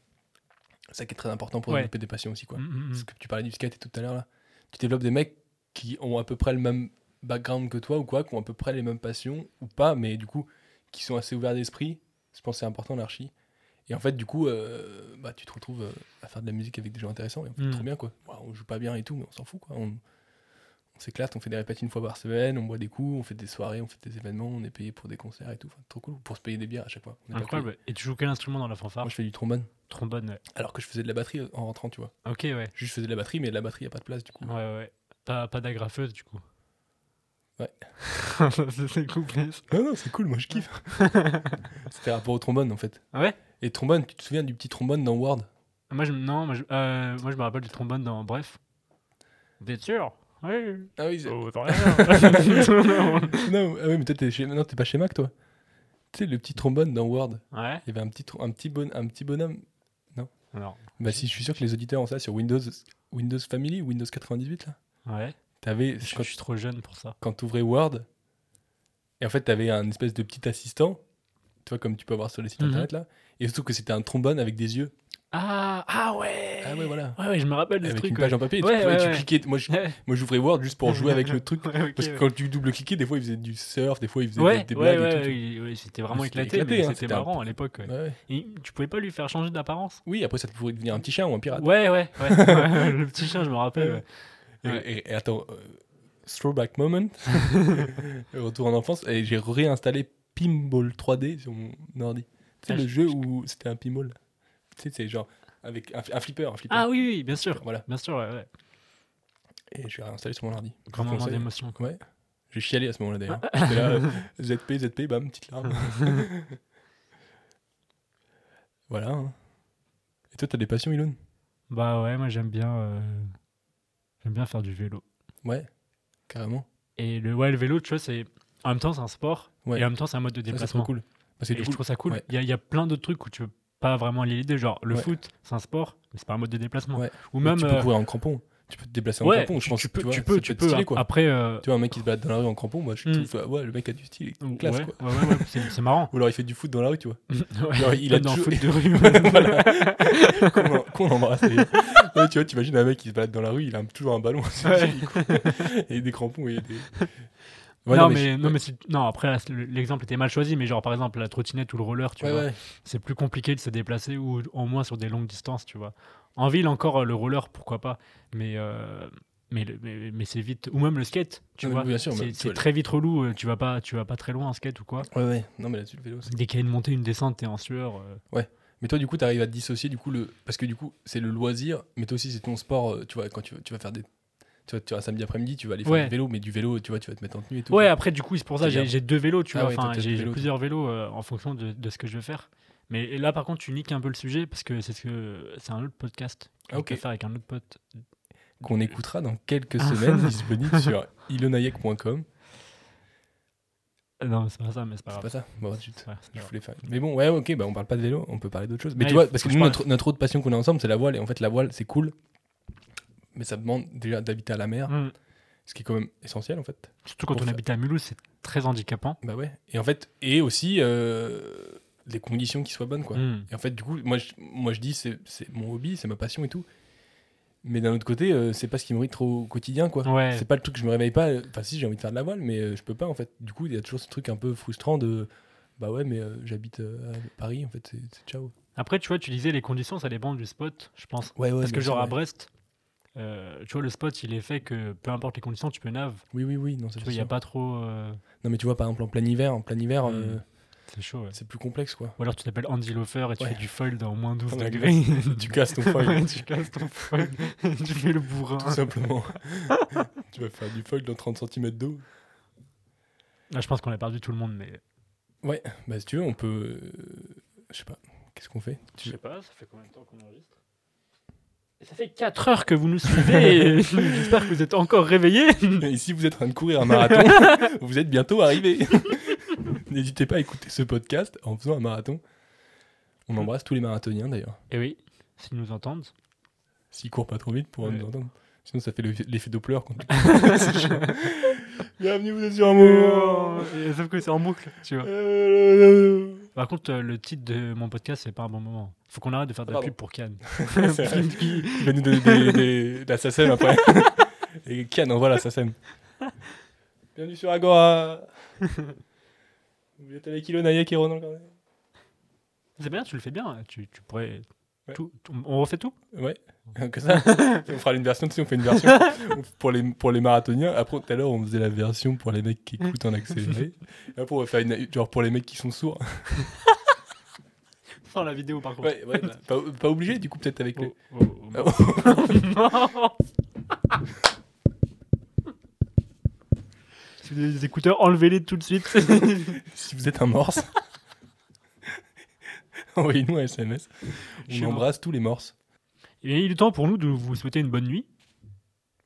Speaker 1: C'est ça qui est très important pour
Speaker 2: Ouais.
Speaker 1: développer des passions
Speaker 2: Mm,
Speaker 1: aussi, quoi.
Speaker 2: Hmm.
Speaker 1: Parce que tu parlais du skate et tout à l'heure là. Tu développes des mecs qui ont à peu près le même background que toi ou quoi, qui ont à peu près les mêmes passions ou pas, mais du coup qui sont assez ouverts d'esprit. Je pense que c'est important l'archi. Et en fait, du coup, euh, bah, tu te retrouves euh, à faire de la musique avec des gens intéressants. Et en fait,
Speaker 2: Mm.
Speaker 1: trop bien quoi. Ouah, on joue pas bien et tout, mais on s'en fout quoi. On, on s'éclate, on fait des répètes une fois par semaine, on boit des coups, on fait des soirées, on fait des événements, on est payé pour des concerts et tout. Enfin, trop cool. Pour se payer des bières à chaque fois. On est pas payé.
Speaker 2: Incroyable. Et tu joues quel instrument dans la fanfare
Speaker 1: Moi, je fais du trombone.
Speaker 2: Trombone. ouais.
Speaker 1: Alors que je faisais de la batterie euh, en rentrant, tu vois.
Speaker 2: Ok, ouais.
Speaker 1: Juste, je faisais de la batterie, mais de la batterie, y a pas de place du coup.
Speaker 2: Ouais, ouais. Pas, pas d'agrafeuse, du coup.
Speaker 1: Ouais.
Speaker 2: Ça, c'est complexe.
Speaker 1: Ah Non, non, c'est cool, moi je kiffe. C'était rapport au trombone en fait.
Speaker 2: Ah ouais
Speaker 1: Et trombone, tu te souviens du petit trombone dans Ward
Speaker 2: Moi, je, non, moi je, euh, moi, je me rappelle du trombone dans Bref. Bien sûr Oui.
Speaker 1: Ah oui,
Speaker 2: Oh, t'en rien.
Speaker 1: non, ah oui, mais toi t'es chez... non, t'es pas chez Mac toi. Tu sais, le petit trombone dans Ward,
Speaker 2: ouais
Speaker 1: il y avait un petit, tro- un petit, bon... un petit bonhomme.
Speaker 2: Alors,
Speaker 1: Bah si, je suis sûr que les auditeurs ont ça sur Windows, Windows Family, Windows 98 là.
Speaker 2: ouais.
Speaker 1: T'avais,
Speaker 2: Je,
Speaker 1: quand,
Speaker 2: je suis trop jeune pour ça.
Speaker 1: quand t'ouvrais Word, et en fait t'avais un espèce de petit assistant, tu vois, comme tu peux avoir sur les sites
Speaker 2: Mhm.
Speaker 1: internet là. Et surtout que c'était un trombone avec des yeux.
Speaker 2: Ah, ah ouais
Speaker 1: Ah ouais, voilà.
Speaker 2: Ouais, ouais, je me rappelle de ce
Speaker 1: Avec
Speaker 2: truc.
Speaker 1: une page en papier. et tu
Speaker 2: Ouais,
Speaker 1: pouvais-
Speaker 2: ouais,
Speaker 1: tu,
Speaker 2: ouais.
Speaker 1: cliquais. Moi, je-
Speaker 2: ouais. Ouais,
Speaker 1: moi j'ouvrais Word juste pour jouer avec le truc.
Speaker 2: ouais, ok,
Speaker 1: Parce que
Speaker 2: ouais.
Speaker 1: quand tu double-cliquais, des fois, ils faisaient du surf, des fois, ils faisaient
Speaker 2: Ouais,
Speaker 1: des, des
Speaker 2: ouais,
Speaker 1: blagues et
Speaker 2: ouais,
Speaker 1: tout.
Speaker 2: oui, oui, c'était vraiment
Speaker 1: C'était
Speaker 2: éclaté,
Speaker 1: éclaté,
Speaker 2: mais
Speaker 1: hein,
Speaker 2: c'était
Speaker 1: c'était un-
Speaker 2: marrant à l'époque. ouais.
Speaker 1: Ouais, ouais.
Speaker 2: Et tu pouvais pas lui faire changer d'apparence
Speaker 1: Oui, après, ça te pourrait devenir un petit chien ou un pirate.
Speaker 2: Ouais, ouais, ouais. ouais, le petit chien, je me rappelle. ouais.
Speaker 1: Et-
Speaker 2: Ouais.
Speaker 1: Et, et attends, euh, throwback moment, Euh, retour en enfance, et j'ai réinstallé Pinball 3D sur mon ordi. Tu
Speaker 2: Ah,
Speaker 1: sais, le
Speaker 2: je-
Speaker 1: jeu où c'était un pinball. Tu sais, c'est genre avec un, un flipper, un flipper.
Speaker 2: Ah oui, oui, bien sûr.
Speaker 1: Voilà,
Speaker 2: Bien sûr, ouais, ouais.
Speaker 1: et j'ai réinstallé sur mon ordi.
Speaker 2: Grand
Speaker 1: Je vous
Speaker 2: moment
Speaker 1: conseille.
Speaker 2: d'émotion.
Speaker 1: Ouais. J'ai chialé à ce moment-là d'ailleurs.
Speaker 2: Ah.
Speaker 1: J'étais là, euh, ZP, ZP, bam, petite larme. voilà. hein. Et toi, t'as des passions, Ilon
Speaker 2: Bah ouais, moi j'aime bien, euh, j'aime bien faire du vélo.
Speaker 1: Ouais, carrément.
Speaker 2: Et le, ouais, le vélo, tu vois, c'est en même temps c'est un sport
Speaker 1: Ouais.
Speaker 2: et en même temps c'est un mode de
Speaker 1: Ça, c'est trop
Speaker 2: déplacement.
Speaker 1: cool. Parce que
Speaker 2: et
Speaker 1: du
Speaker 2: je
Speaker 1: coup,
Speaker 2: trouve ça cool.
Speaker 1: ouais.
Speaker 2: Il y a- il y, a plein d'autres trucs où tu peux pas vraiment lier les deux. Genre le
Speaker 1: Ouais.
Speaker 2: foot, c'est un sport, mais c'est pas un mode de déplacement.
Speaker 1: Ouais.
Speaker 2: Ou même
Speaker 1: tu
Speaker 2: euh,
Speaker 1: peux courir en crampon. Tu peux te déplacer en
Speaker 2: ouais,
Speaker 1: crampon. Je
Speaker 2: tu,
Speaker 1: pense
Speaker 2: tu
Speaker 1: que,
Speaker 2: peux,
Speaker 1: vois,
Speaker 2: tu
Speaker 1: ça
Speaker 2: peux,
Speaker 1: peut
Speaker 2: tu
Speaker 1: être
Speaker 2: peux.
Speaker 1: stylé, quoi.
Speaker 2: Après, euh,
Speaker 1: Tu vois, un mec qui se bat dans la rue en crampon, moi, je
Speaker 2: Mm.
Speaker 1: trouve, euh, ouais, le mec a du style, il est classe,
Speaker 2: ouais,
Speaker 1: quoi.
Speaker 2: ouais, ouais, ouais, c'est c'est marrant.
Speaker 1: Ou alors il fait du foot dans la rue, tu vois.
Speaker 2: Ouais,
Speaker 1: il
Speaker 2: comme
Speaker 1: a
Speaker 2: dans
Speaker 1: toujours-
Speaker 2: foot de rue.
Speaker 1: Voilà. qu'on en- qu'on embrasse. d'ailleurs. Ouais, tu vois, t'imagines un mec qui se balade dans la rue, il a un- toujours un ballon.
Speaker 2: Ouais.
Speaker 1: il court. et des crampons et des. Ouais,
Speaker 2: non, mais,
Speaker 1: je-
Speaker 2: non, mais c'est- non, après, là, c'est- l'exemple était mal choisi, mais genre, par exemple, la trottinette ou le roller, tu
Speaker 1: Ouais,
Speaker 2: vois,
Speaker 1: ouais.
Speaker 2: c'est plus compliqué de se déplacer ou au moins sur des longues distances, tu vois. En ville, encore, euh, le roller, pourquoi pas, mais, euh, mais, le- mais, mais c'est vite. Ou même le skate, tu
Speaker 1: Non, mais
Speaker 2: vois.
Speaker 1: Ah bien sûr, mais
Speaker 2: c'est
Speaker 1: tu
Speaker 2: c'est
Speaker 1: vois,
Speaker 2: très vite relou, euh, tu vas, pas, tu vas pas très loin en skate ou quoi.
Speaker 1: Ouais, ouais. Non, mais là-dessus, le vélo, c'est-
Speaker 2: Dès qu'il y a une montée, une descente, t'es en sueur. euh.
Speaker 1: Mais toi, du coup, t'arrives à te dissocier, du coup, le. Parce que du coup, c'est le loisir, mais toi aussi, c'est ton sport. euh, Tu vois, quand tu, tu vas faire des. Tu vois, tu vas samedi après-midi, tu vas aller faire
Speaker 2: Ouais.
Speaker 1: du vélo, mais du vélo, tu vois, tu vas te mettre en tenue et tout.
Speaker 2: Ouais,
Speaker 1: quoi.
Speaker 2: après, du coup, c'est pour ça
Speaker 1: C'est
Speaker 2: que j'ai
Speaker 1: bien.
Speaker 2: j'ai deux vélos, tu
Speaker 1: Ah
Speaker 2: vois.
Speaker 1: ouais,
Speaker 2: Enfin,
Speaker 1: t'as- t'as
Speaker 2: j'ai
Speaker 1: deux
Speaker 2: j'ai
Speaker 1: vélos,
Speaker 2: plusieurs vélos euh, en fonction de, de ce que je veux faire. Mais et là, par contre, tu niques un peu le sujet parce que c'est ce que c'est un autre podcast que
Speaker 1: Ah, ok.
Speaker 2: je peux faire avec un autre pote.
Speaker 1: qu'on écoutera dans quelques semaines, disponible sur ilonayek.com.
Speaker 2: Non, c'est pas ça, mais c'est pas
Speaker 1: C'est
Speaker 2: grave.
Speaker 1: pas ça Bon, zut.
Speaker 2: Ouais, c'est
Speaker 1: Je
Speaker 2: pas grave.
Speaker 1: voulais faire- Mais bon, ouais, ok, bah on parle pas de vélo, on peut parler d'autre chose. Mais
Speaker 2: Ouais,
Speaker 1: tu vois,
Speaker 2: faut
Speaker 1: parce que
Speaker 2: que je
Speaker 1: nous,
Speaker 2: parle.
Speaker 1: notre, notre autre passion qu'on a ensemble, c'est la voile. Et en fait, la voile, c'est cool. Mais ça demande déjà d'habiter à la mer,
Speaker 2: Mm.
Speaker 1: ce qui est quand même essentiel en fait.
Speaker 2: Surtout quand
Speaker 1: Pour
Speaker 2: on
Speaker 1: faire-
Speaker 2: habite à Mulhouse, c'est très handicapant.
Speaker 1: Bah ouais. Et en fait, et aussi euh, les conditions qui soient bonnes quoi.
Speaker 2: Mm.
Speaker 1: Et en fait, du coup, moi je, moi, je dis c'est c'est mon hobby, c'est ma passion et tout. Mais d'un autre côté, euh, c'est pas ce qui me nourrit trop au quotidien quoi.
Speaker 2: Ouais.
Speaker 1: C'est pas le truc que je me réveille pas. Enfin, si j'ai envie de faire de la voile, mais euh, je peux pas en fait. Du coup, il y a toujours ce truc un peu frustrant de bah ouais, mais euh, j'habite euh, à Paris en fait, c'est- c'est ciao.
Speaker 2: Après, tu vois, tu disais les conditions, ça dépend du spot, je pense.
Speaker 1: Ouais, ouais,
Speaker 2: Parce que
Speaker 1: bien sûr,
Speaker 2: genre à
Speaker 1: ouais.
Speaker 2: Brest, euh, tu vois, le spot, il est fait que peu importe les conditions, tu peux nav.
Speaker 1: Oui, oui, oui, non, ça
Speaker 2: Tu
Speaker 1: c'est
Speaker 2: vois, il n'y a
Speaker 1: sûr.
Speaker 2: pas trop... euh,
Speaker 1: Non, mais tu vois, par exemple, en plein hiver, en plein hiver,
Speaker 2: Mm.
Speaker 1: euh,
Speaker 2: C'est chaud, ouais.
Speaker 1: c'est plus complexe quoi.
Speaker 2: Ou alors tu t'appelles Andy Lofer et tu
Speaker 1: Ouais.
Speaker 2: fais du foil dans moins 12
Speaker 1: Ouais,
Speaker 2: degrés.
Speaker 1: Tu casses ton foil.
Speaker 2: Ouais, tu casses ton foil, tu fais le bourrin.
Speaker 1: Tout simplement. tu vas faire du foil dans 30 cm d'eau.
Speaker 2: Là, Ah, je pense qu'on a perdu tout le monde, mais...
Speaker 1: Ouais, bah si tu veux, on peut. euh, Je sais pas, qu'est-ce qu'on fait Tu veux-
Speaker 2: pas, ça fait combien de temps qu'on enregistre Ça fait 4 heures que vous nous suivez et j'espère que vous êtes encore réveillés.
Speaker 1: Et si vous êtes en train de courir un marathon, vous êtes bientôt arrivé. N'hésitez pas à écouter ce podcast en faisant un marathon. On embrasse tous les marathoniens d'ailleurs.
Speaker 2: Et Eh oui, s'ils nous entendent.
Speaker 1: S'ils courent pas trop vite pour
Speaker 2: Ouais.
Speaker 1: nous entendre. Sinon, ça fait le- l'effet Doppler quand tu cours. C'est chiant. Bienvenue, vous êtes sur un moment.
Speaker 2: Oh, Et- Sauf que c'est en boucle, tu vois.
Speaker 1: Euh,
Speaker 2: Par contre, euh, le titre de mon podcast, c'est pas un bon moment. Faut qu'on arrête de faire de la
Speaker 1: Pardon.
Speaker 2: pub pour Cannes.
Speaker 1: C'est vrai. Il va nous donner des, des- de la SACEM après. Et Kian envoie la SACEM. Bienvenue sur Agora. Vous êtes avec Ilo Nayak et Ronan quand même.
Speaker 2: c'est bien, tu le fais bien. hein. Tu, tu pourrais.
Speaker 1: Ouais.
Speaker 2: tout- tout- on refait tout
Speaker 1: Ouais, que ça. on fera une version, tu sais, on fait une version pour les, pour les marathoniens. Après, tout à l'heure, on faisait la version pour les mecs qui écoutent en accéléré. Et Après, on va faire une, genre pour les mecs qui sont sourds.
Speaker 2: Sans la vidéo, par contre.
Speaker 1: Ouais, ouais, bah, pas, pas obligé, du coup, peut-être avec
Speaker 2: Oh,
Speaker 1: le.
Speaker 2: oh, oh,
Speaker 1: Ah,
Speaker 2: non. Si vous avez des écouteurs, enlevez-les tout de suite.
Speaker 1: si vous êtes un morse, envoyez-nous un SMS.
Speaker 2: Je suis
Speaker 1: On
Speaker 2: mort.
Speaker 1: embrasse tous les morses.
Speaker 2: Et Eh il est temps pour nous de vous souhaiter une bonne nuit.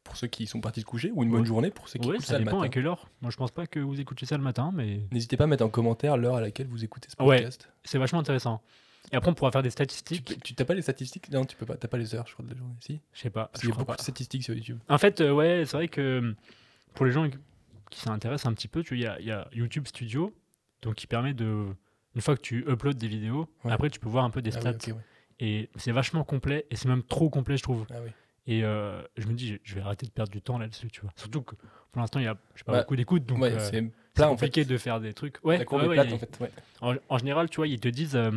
Speaker 1: Pour ceux qui sont partis se coucher, ou une bonne
Speaker 2: Ouais.
Speaker 1: journée pour ceux qui
Speaker 2: Ouais,
Speaker 1: écoutent
Speaker 2: ça
Speaker 1: ça le
Speaker 2: dépend
Speaker 1: matin.
Speaker 2: à quelle heure. Moi, je pense pas que vous écoutez ça le matin, mais
Speaker 1: N'hésitez pas à mettre en commentaire l'heure à laquelle vous écoutez ce
Speaker 2: Ouais.
Speaker 1: podcast.
Speaker 2: c'est vachement intéressant. Et après, on pourra faire des
Speaker 1: Tu
Speaker 2: statistiques.
Speaker 1: peux- Tu t'as pas les statistiques Non, tu peux pas. T'as pas les heures, je crois, de la journée. Si
Speaker 2: Je sais pas.
Speaker 1: Parce
Speaker 2: Ah, je
Speaker 1: qu'il y a
Speaker 2: crois
Speaker 1: beaucoup
Speaker 2: pas.
Speaker 1: de statistiques sur YouTube.
Speaker 2: En fait, euh, ouais, c'est vrai que euh, pour les gens qui s'intéressent un petit peu, tu vois, il y a- il y, a YouTube Studio, donc qui permet de, une fois que tu uploads des vidéos,
Speaker 1: Ouais.
Speaker 2: après tu peux voir un peu des
Speaker 1: Ah oui,
Speaker 2: stats.
Speaker 1: ok, ouais.
Speaker 2: Et c'est vachement complet, et c'est même trop complet, je trouve.
Speaker 1: Ah oui.
Speaker 2: Et euh, je me dis, je- je vais arrêter de perdre du temps là-dessus, tu vois. Surtout que pour l'instant, il y a je sais pas
Speaker 1: Ouais.
Speaker 2: beaucoup d'écoutes, donc
Speaker 1: Bah, ouais,
Speaker 2: euh,
Speaker 1: c'est
Speaker 2: c'est
Speaker 1: plat en fait.
Speaker 2: compliqué de faire des trucs. Ouais,
Speaker 1: La courbe
Speaker 2: ouais,
Speaker 1: est
Speaker 2: ouais,
Speaker 1: plate
Speaker 2: il y a-
Speaker 1: en fait. ouais.
Speaker 2: en, en général, tu vois, ils te disent, euh,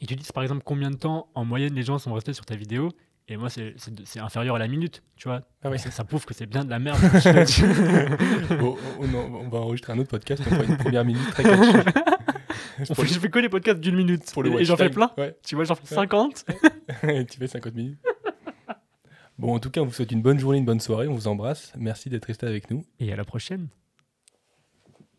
Speaker 2: ils te disent par exemple combien de temps en moyenne les gens sont restés sur ta vidéo. Et moi, c'est- c'est de- c'est inférieur à la minute, tu vois.
Speaker 1: Ah oui.
Speaker 2: ça, ça prouve que c'est bien de la merde. on
Speaker 1: Bon, on, en- on va enregistrer un autre podcast, on fera une première minute très catchy.
Speaker 2: fait, je fais que les podcasts d'une minute.
Speaker 1: Pour le
Speaker 2: et
Speaker 1: watch
Speaker 2: j'en fais
Speaker 1: time.
Speaker 2: plein.
Speaker 1: Ouais,
Speaker 2: Tu vois, j'en fais 50.
Speaker 1: tu fais 50 minutes. Bon, en tout cas, on vous souhaite une bonne journée, une bonne soirée, on vous embrasse. Merci d'être resté avec nous.
Speaker 2: Et à la prochaine.